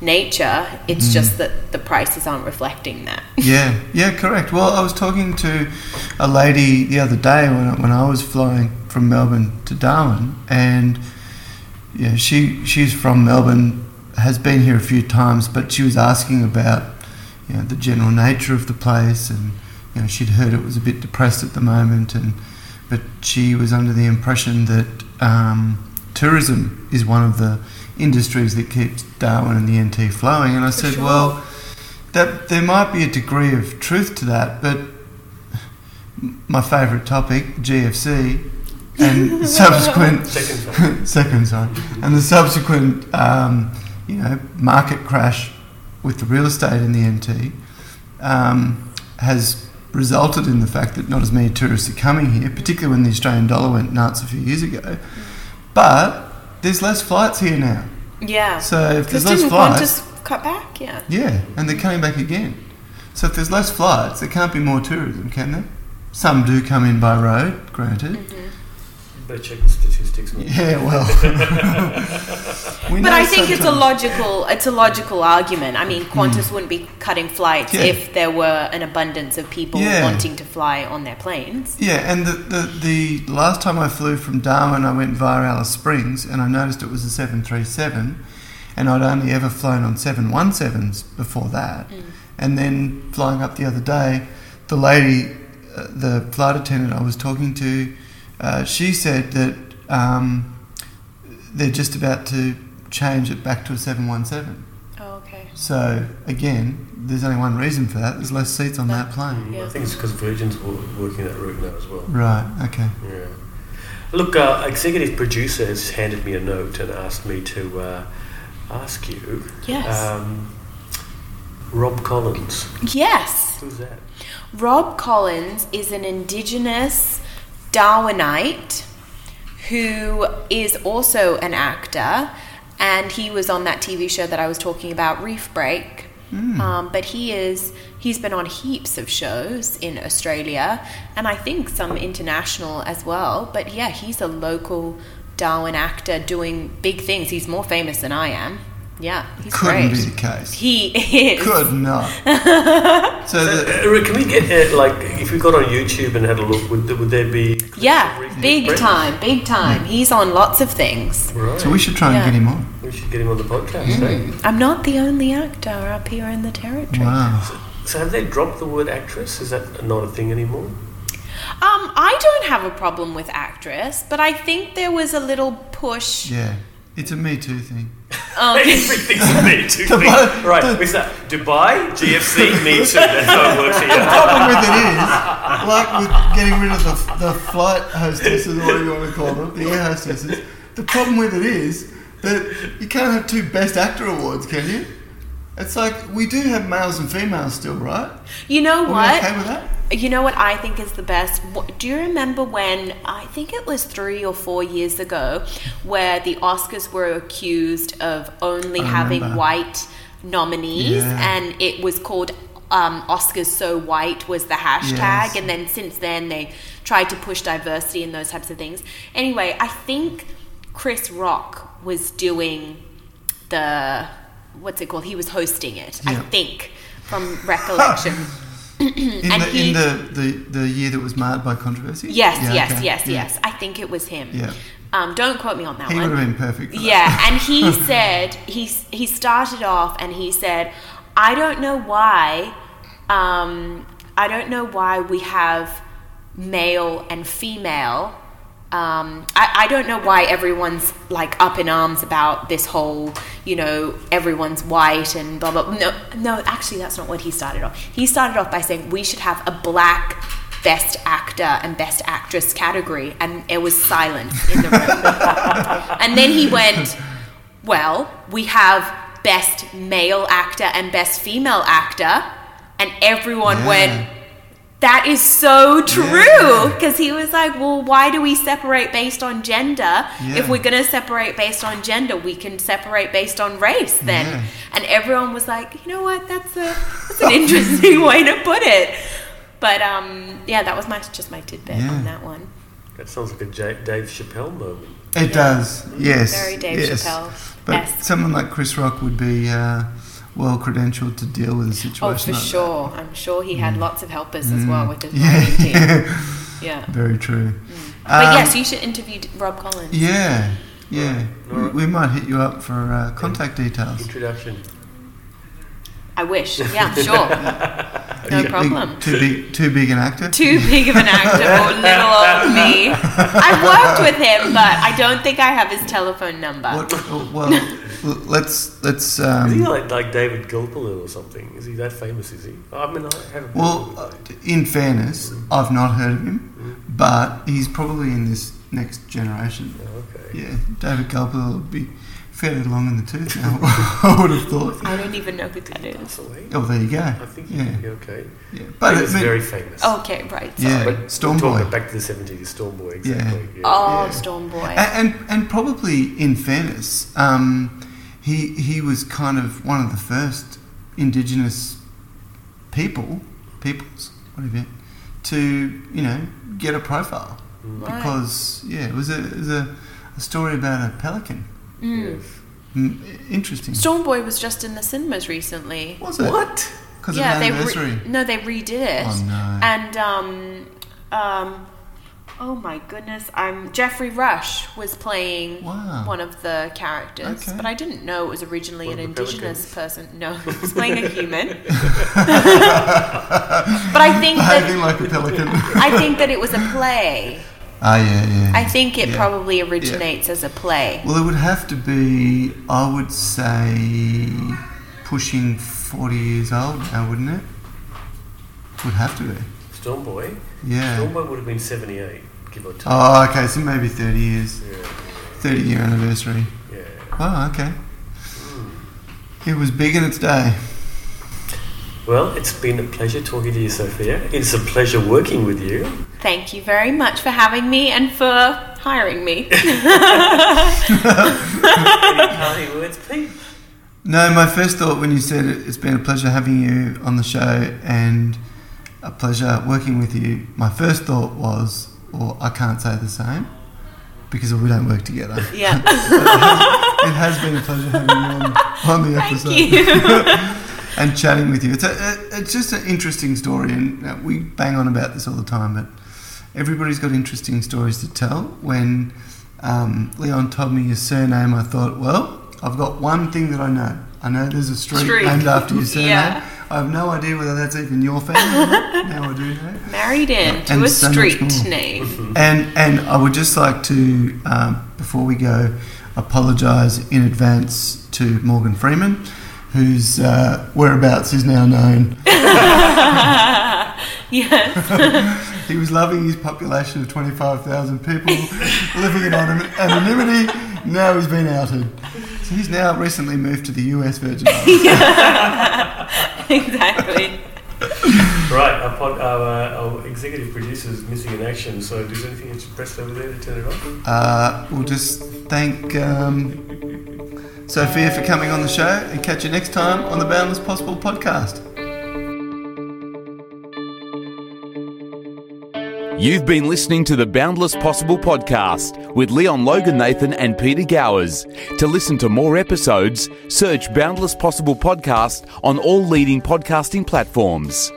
Speaker 4: nature.
Speaker 3: Mm.
Speaker 4: It's just that the prices aren't reflecting that.
Speaker 3: yeah, yeah, correct. Well, I was talking to a lady the other day when I, when I was flying from Melbourne to Darwin, and yeah, she she's from Melbourne, has been here a few times, but she was asking about you know the general nature of the place, and you know she'd heard it was a bit depressed at the moment, and but she was under the impression that um, tourism is one of the industries that keeps Darwin and the NT flowing, and I said,
Speaker 4: sure.
Speaker 3: well that there might be a degree of truth to that, but my favourite topic, GFC, and subsequent
Speaker 2: Second phase.
Speaker 3: second sorry, and the subsequent um, you know market crash with the real estate in the NT um, has resulted in the fact that not as many tourists are coming here, particularly when the Australian dollar went nuts a few years ago. But there's less flights here now,
Speaker 4: Yeah.
Speaker 3: so if there's
Speaker 4: Because
Speaker 3: less
Speaker 4: didn't
Speaker 3: flights,
Speaker 4: Qantas cut back? Yeah.
Speaker 3: yeah, and they're coming back again. So if there's less flights, there can't be more tourism, can there? Some do come in by road, granted.
Speaker 4: Mm-hmm.
Speaker 2: Better check the statistics. mate.
Speaker 3: Yeah, well. We
Speaker 4: But
Speaker 3: know
Speaker 4: I think it's a
Speaker 3: sometimes- Mm.
Speaker 4: logical it's a logical argument. I mean, Qantas wouldn't be cutting flights
Speaker 3: Yeah.
Speaker 4: if there were an abundance of people
Speaker 3: Yeah.
Speaker 4: wanting to fly on their planes.
Speaker 3: Yeah, and the, the, the last time I flew from Darwin, I went via Alice Springs, and I noticed it was a 737, and I'd only ever flown on 717s before that. And then flying up the other day, the lady, uh, the flight attendant I was talking to, uh, she said that um, they're just about to change it back to a 717.
Speaker 4: Oh, okay.
Speaker 3: So, again, there's only one reason for that there's less seats on that plane.
Speaker 2: I think it's because Virgin's wo- working that route now as well.
Speaker 3: Right, okay.
Speaker 2: Yeah. Look, uh, executive producer has handed me a note and asked me to uh, ask you.
Speaker 4: Yes.
Speaker 2: Um, Rob Collins.
Speaker 4: Yes.
Speaker 2: Who's that?
Speaker 4: Rob Collins is an indigenous Darwinite who is also an actor, and he was on that TV show that I was talking about, Reef Break.
Speaker 3: Hmm.
Speaker 4: Um, but he is he's been on heaps of shows in Australia and I think some international as well. But yeah, he's a local Darwin actor doing big things. He's more famous than I am. Yeah, he's
Speaker 3: Couldn't
Speaker 4: great.
Speaker 3: be the case.
Speaker 4: He is.
Speaker 3: Could not. so the,
Speaker 2: Uh, Rick, can we get uh, like if we got on YouTube and had a look, would, would there be?
Speaker 4: Yeah, big
Speaker 2: Brett?
Speaker 4: time, big time. He's on lots of things.
Speaker 2: Right.
Speaker 3: so we Mm. should try and
Speaker 4: Yeah.
Speaker 3: get him on.
Speaker 2: we should get him on the podcast. eh?
Speaker 4: I'm not the only actor up here in the territory.
Speaker 3: Wow.
Speaker 2: So have they dropped the word actress? Is that not a thing anymore?
Speaker 4: Um, I don't have a problem with actress, but I think there was a little push. um,
Speaker 3: Yeah. It's a Me Too thing.
Speaker 2: Everything's me too.
Speaker 3: The
Speaker 2: big.
Speaker 3: one-
Speaker 2: right,
Speaker 3: the-
Speaker 2: what's that? Dubai, GFC, me too. That's how it works here.
Speaker 3: problem with it is, like with getting rid of the, the flight hostesses, or whatever you want to call them, the air hostesses, the problem with it is that you can't have two Best Actor awards, can you? It's like, we do have males and females still, right?
Speaker 4: You know
Speaker 3: Are we
Speaker 4: what?
Speaker 3: okay with that?
Speaker 4: You know what I think is the best? Wh- Do you remember when, I think it was three or four years ago, where the Oscars were accused of only
Speaker 3: I
Speaker 4: having
Speaker 3: remember.
Speaker 4: white nominees
Speaker 3: Yeah.
Speaker 4: and it was called um, Oscars So White was the hashtag.
Speaker 3: Yes.
Speaker 4: And then since then they tried to push diversity and those types of things. Anyway, I think Chris Rock was doing the, what's it called? He was hosting it, I
Speaker 3: Yeah.
Speaker 4: think, from recollection.
Speaker 3: In,
Speaker 4: Mm, And
Speaker 3: the,
Speaker 4: he-
Speaker 3: in the, the, the year that was marred by controversy?
Speaker 4: Yes,
Speaker 3: Yeah,
Speaker 4: yes,
Speaker 3: okay.
Speaker 4: yes,
Speaker 3: Yeah.
Speaker 4: yes. I think it was him.
Speaker 3: Yeah.
Speaker 4: Um, don't quote me on that
Speaker 3: He
Speaker 4: one.
Speaker 3: would have been perfect. For that.
Speaker 4: yeah, and he said he s- he started off and he said, "I don't know why, um, I don't know why we have male and female." Um, I, I don't know why everyone's like up in arms about this whole, you know, everyone's white and blah blah. No, no, actually, that's not what he started off. He started off by saying we should have a black best actor and best actress category, and it was silent in the room. and then he went, well, we have best male actor and best female actor, and everyone
Speaker 3: Yeah.
Speaker 4: went. That is so true.
Speaker 3: Yeah.
Speaker 4: Because he was like, well, why do we separate based on gender? If
Speaker 3: Yeah.
Speaker 4: we're going to separate based on gender, we can separate based on race then.
Speaker 3: Yeah.
Speaker 4: And everyone was like, you know what? That's, a, that's an interesting way to put it. But um, yeah, that was my just my tidbit
Speaker 3: Yeah.
Speaker 4: on that one.
Speaker 2: That sounds like a J- Dave Chappelle moment.
Speaker 3: It does, yes.
Speaker 4: Very Dave
Speaker 3: yes.
Speaker 4: Chappelle-esque.
Speaker 3: But someone like Chris Rock would be uh, well credentialed to deal with a situation.
Speaker 4: Oh, for
Speaker 3: like that.
Speaker 4: sure. I'm sure he had lots of helpers as well with his writing team. Yeah.
Speaker 3: Mm. Yeah, very true.
Speaker 4: Mm. But
Speaker 3: Um,
Speaker 4: yes, you should interview D- Rob Collins.
Speaker 3: Yeah, yeah.
Speaker 2: All right.
Speaker 3: We, we might hit you up for uh, contact details.
Speaker 2: Introduction.
Speaker 4: I wish. Yeah, sure.
Speaker 3: You-
Speaker 4: No
Speaker 3: you-
Speaker 4: problem.
Speaker 3: Too big, too big an actor.
Speaker 4: too big of an actor or little old me. I've worked with him, but I don't think I have his telephone number.
Speaker 3: What, oh, well, l- let's let's. Um,
Speaker 2: Is he like, like David Gilpilil or something? Is he that famous? Is he? I mean, I haven't.
Speaker 3: Well, uh, in fairness, I've not heard of him, but he's probably in this next generation.
Speaker 2: okay.
Speaker 3: uh, Yeah, David Gulpil would be fairly long in the tooth now. I would have thought.
Speaker 4: I don't even know who that is.
Speaker 2: That's all right.
Speaker 3: Oh, there you go.
Speaker 2: I think he
Speaker 3: yeah,
Speaker 2: could be okay.
Speaker 3: yeah.
Speaker 2: But
Speaker 3: But
Speaker 2: he
Speaker 3: it,
Speaker 2: was very famous.
Speaker 4: Okay, right.
Speaker 3: yeah,
Speaker 2: But
Speaker 3: Storm
Speaker 2: talking
Speaker 3: Boy.
Speaker 2: back to the seventies, Storm Boy, exactly. Yeah.
Speaker 4: Oh,
Speaker 3: Yeah.
Speaker 4: Storm Boy.
Speaker 3: A- And, and probably in fairness, um, he he was kind of one of the first indigenous people peoples whatever to you know get a profile
Speaker 4: Right.
Speaker 3: because yeah it was a, it was a, a story about a pelican.
Speaker 4: Mm.
Speaker 3: Mm, interesting.
Speaker 4: Storm Boy was just in the cinemas recently.
Speaker 3: was it?
Speaker 2: What?
Speaker 3: Because
Speaker 4: yeah,
Speaker 3: of
Speaker 4: they
Speaker 3: anniversary.
Speaker 4: re- no, they redid it.
Speaker 3: Oh, no.
Speaker 4: And um, um, oh my goodness, I'm Jeffrey Rush was playing
Speaker 3: Wow.
Speaker 4: one of the characters,
Speaker 3: Okay.
Speaker 4: but I didn't know it was originally
Speaker 2: One
Speaker 4: an
Speaker 2: of the
Speaker 4: indigenous person. No, he was playing a human. but I think
Speaker 3: Behaving
Speaker 4: that
Speaker 3: like a pelican.
Speaker 4: I think that it was a play.
Speaker 3: Ah, yeah, yeah.
Speaker 4: I think it
Speaker 3: Yeah.
Speaker 4: probably originates as a play.
Speaker 3: Well, it would have to be, I would say, pushing 40 years old now, wouldn't it? Would have to be.
Speaker 2: Storm Boy. Storm
Speaker 3: Yeah.
Speaker 2: Boy would have been seventy-eight, give or take.
Speaker 3: Oh, okay, so maybe 30 years.
Speaker 2: Yeah,
Speaker 3: 30 year anniversary.
Speaker 2: yeah.
Speaker 3: Oh, okay.
Speaker 2: Hmm.
Speaker 3: It was big in its day.
Speaker 2: Well, it's been a pleasure talking to you, Sophia. It's a pleasure working with you.
Speaker 4: Thank you very much for having me and for hiring me.
Speaker 2: Any parting words, Pete?
Speaker 3: No, my first thought when you said it, it's been a pleasure having you on the show and a pleasure working with you, my first thought was, well, I can't say the same. because we don't work together.
Speaker 4: Yeah.
Speaker 3: it has been a pleasure having you on, on the
Speaker 4: Thank
Speaker 3: episode
Speaker 4: you.
Speaker 3: and chatting with you. It's a, a, it's just an interesting story, and uh, we bang on about this all the time. But everybody's got interesting stories to tell. When um, Leon told me his surname, I thought, well, I've got one thing that I know. I know there's a street,
Speaker 4: Street.
Speaker 3: named after your surname.
Speaker 4: Yeah.
Speaker 3: I have no idea whether that's even your family. or not. now I do know.
Speaker 4: Married in to
Speaker 3: And
Speaker 4: a
Speaker 3: so much
Speaker 4: street
Speaker 3: more.
Speaker 4: name.
Speaker 3: And and I would just like to, um, before we go, apologise in advance to Morgan Freeman, whose uh, whereabouts is now known.
Speaker 4: Yes.
Speaker 3: He was loving his population of 25,000 people living in anim- anonymity. Now he's been outed. So he's now recently moved to the US Virgin Islands.
Speaker 4: exactly.
Speaker 2: Right, our, pod, our, uh, our executive producer is missing in action, so does anything that's pressed over there to turn it off?
Speaker 3: Uh, we'll just thank um, Sophia for coming on the show and catch you next time on the Boundless Possible podcast.
Speaker 1: You've been listening to the Boundless Possible podcast with Leon Logan Nathan and Peter Gowers. To listen to more episodes, search Boundless Possible podcast on all leading podcasting platforms.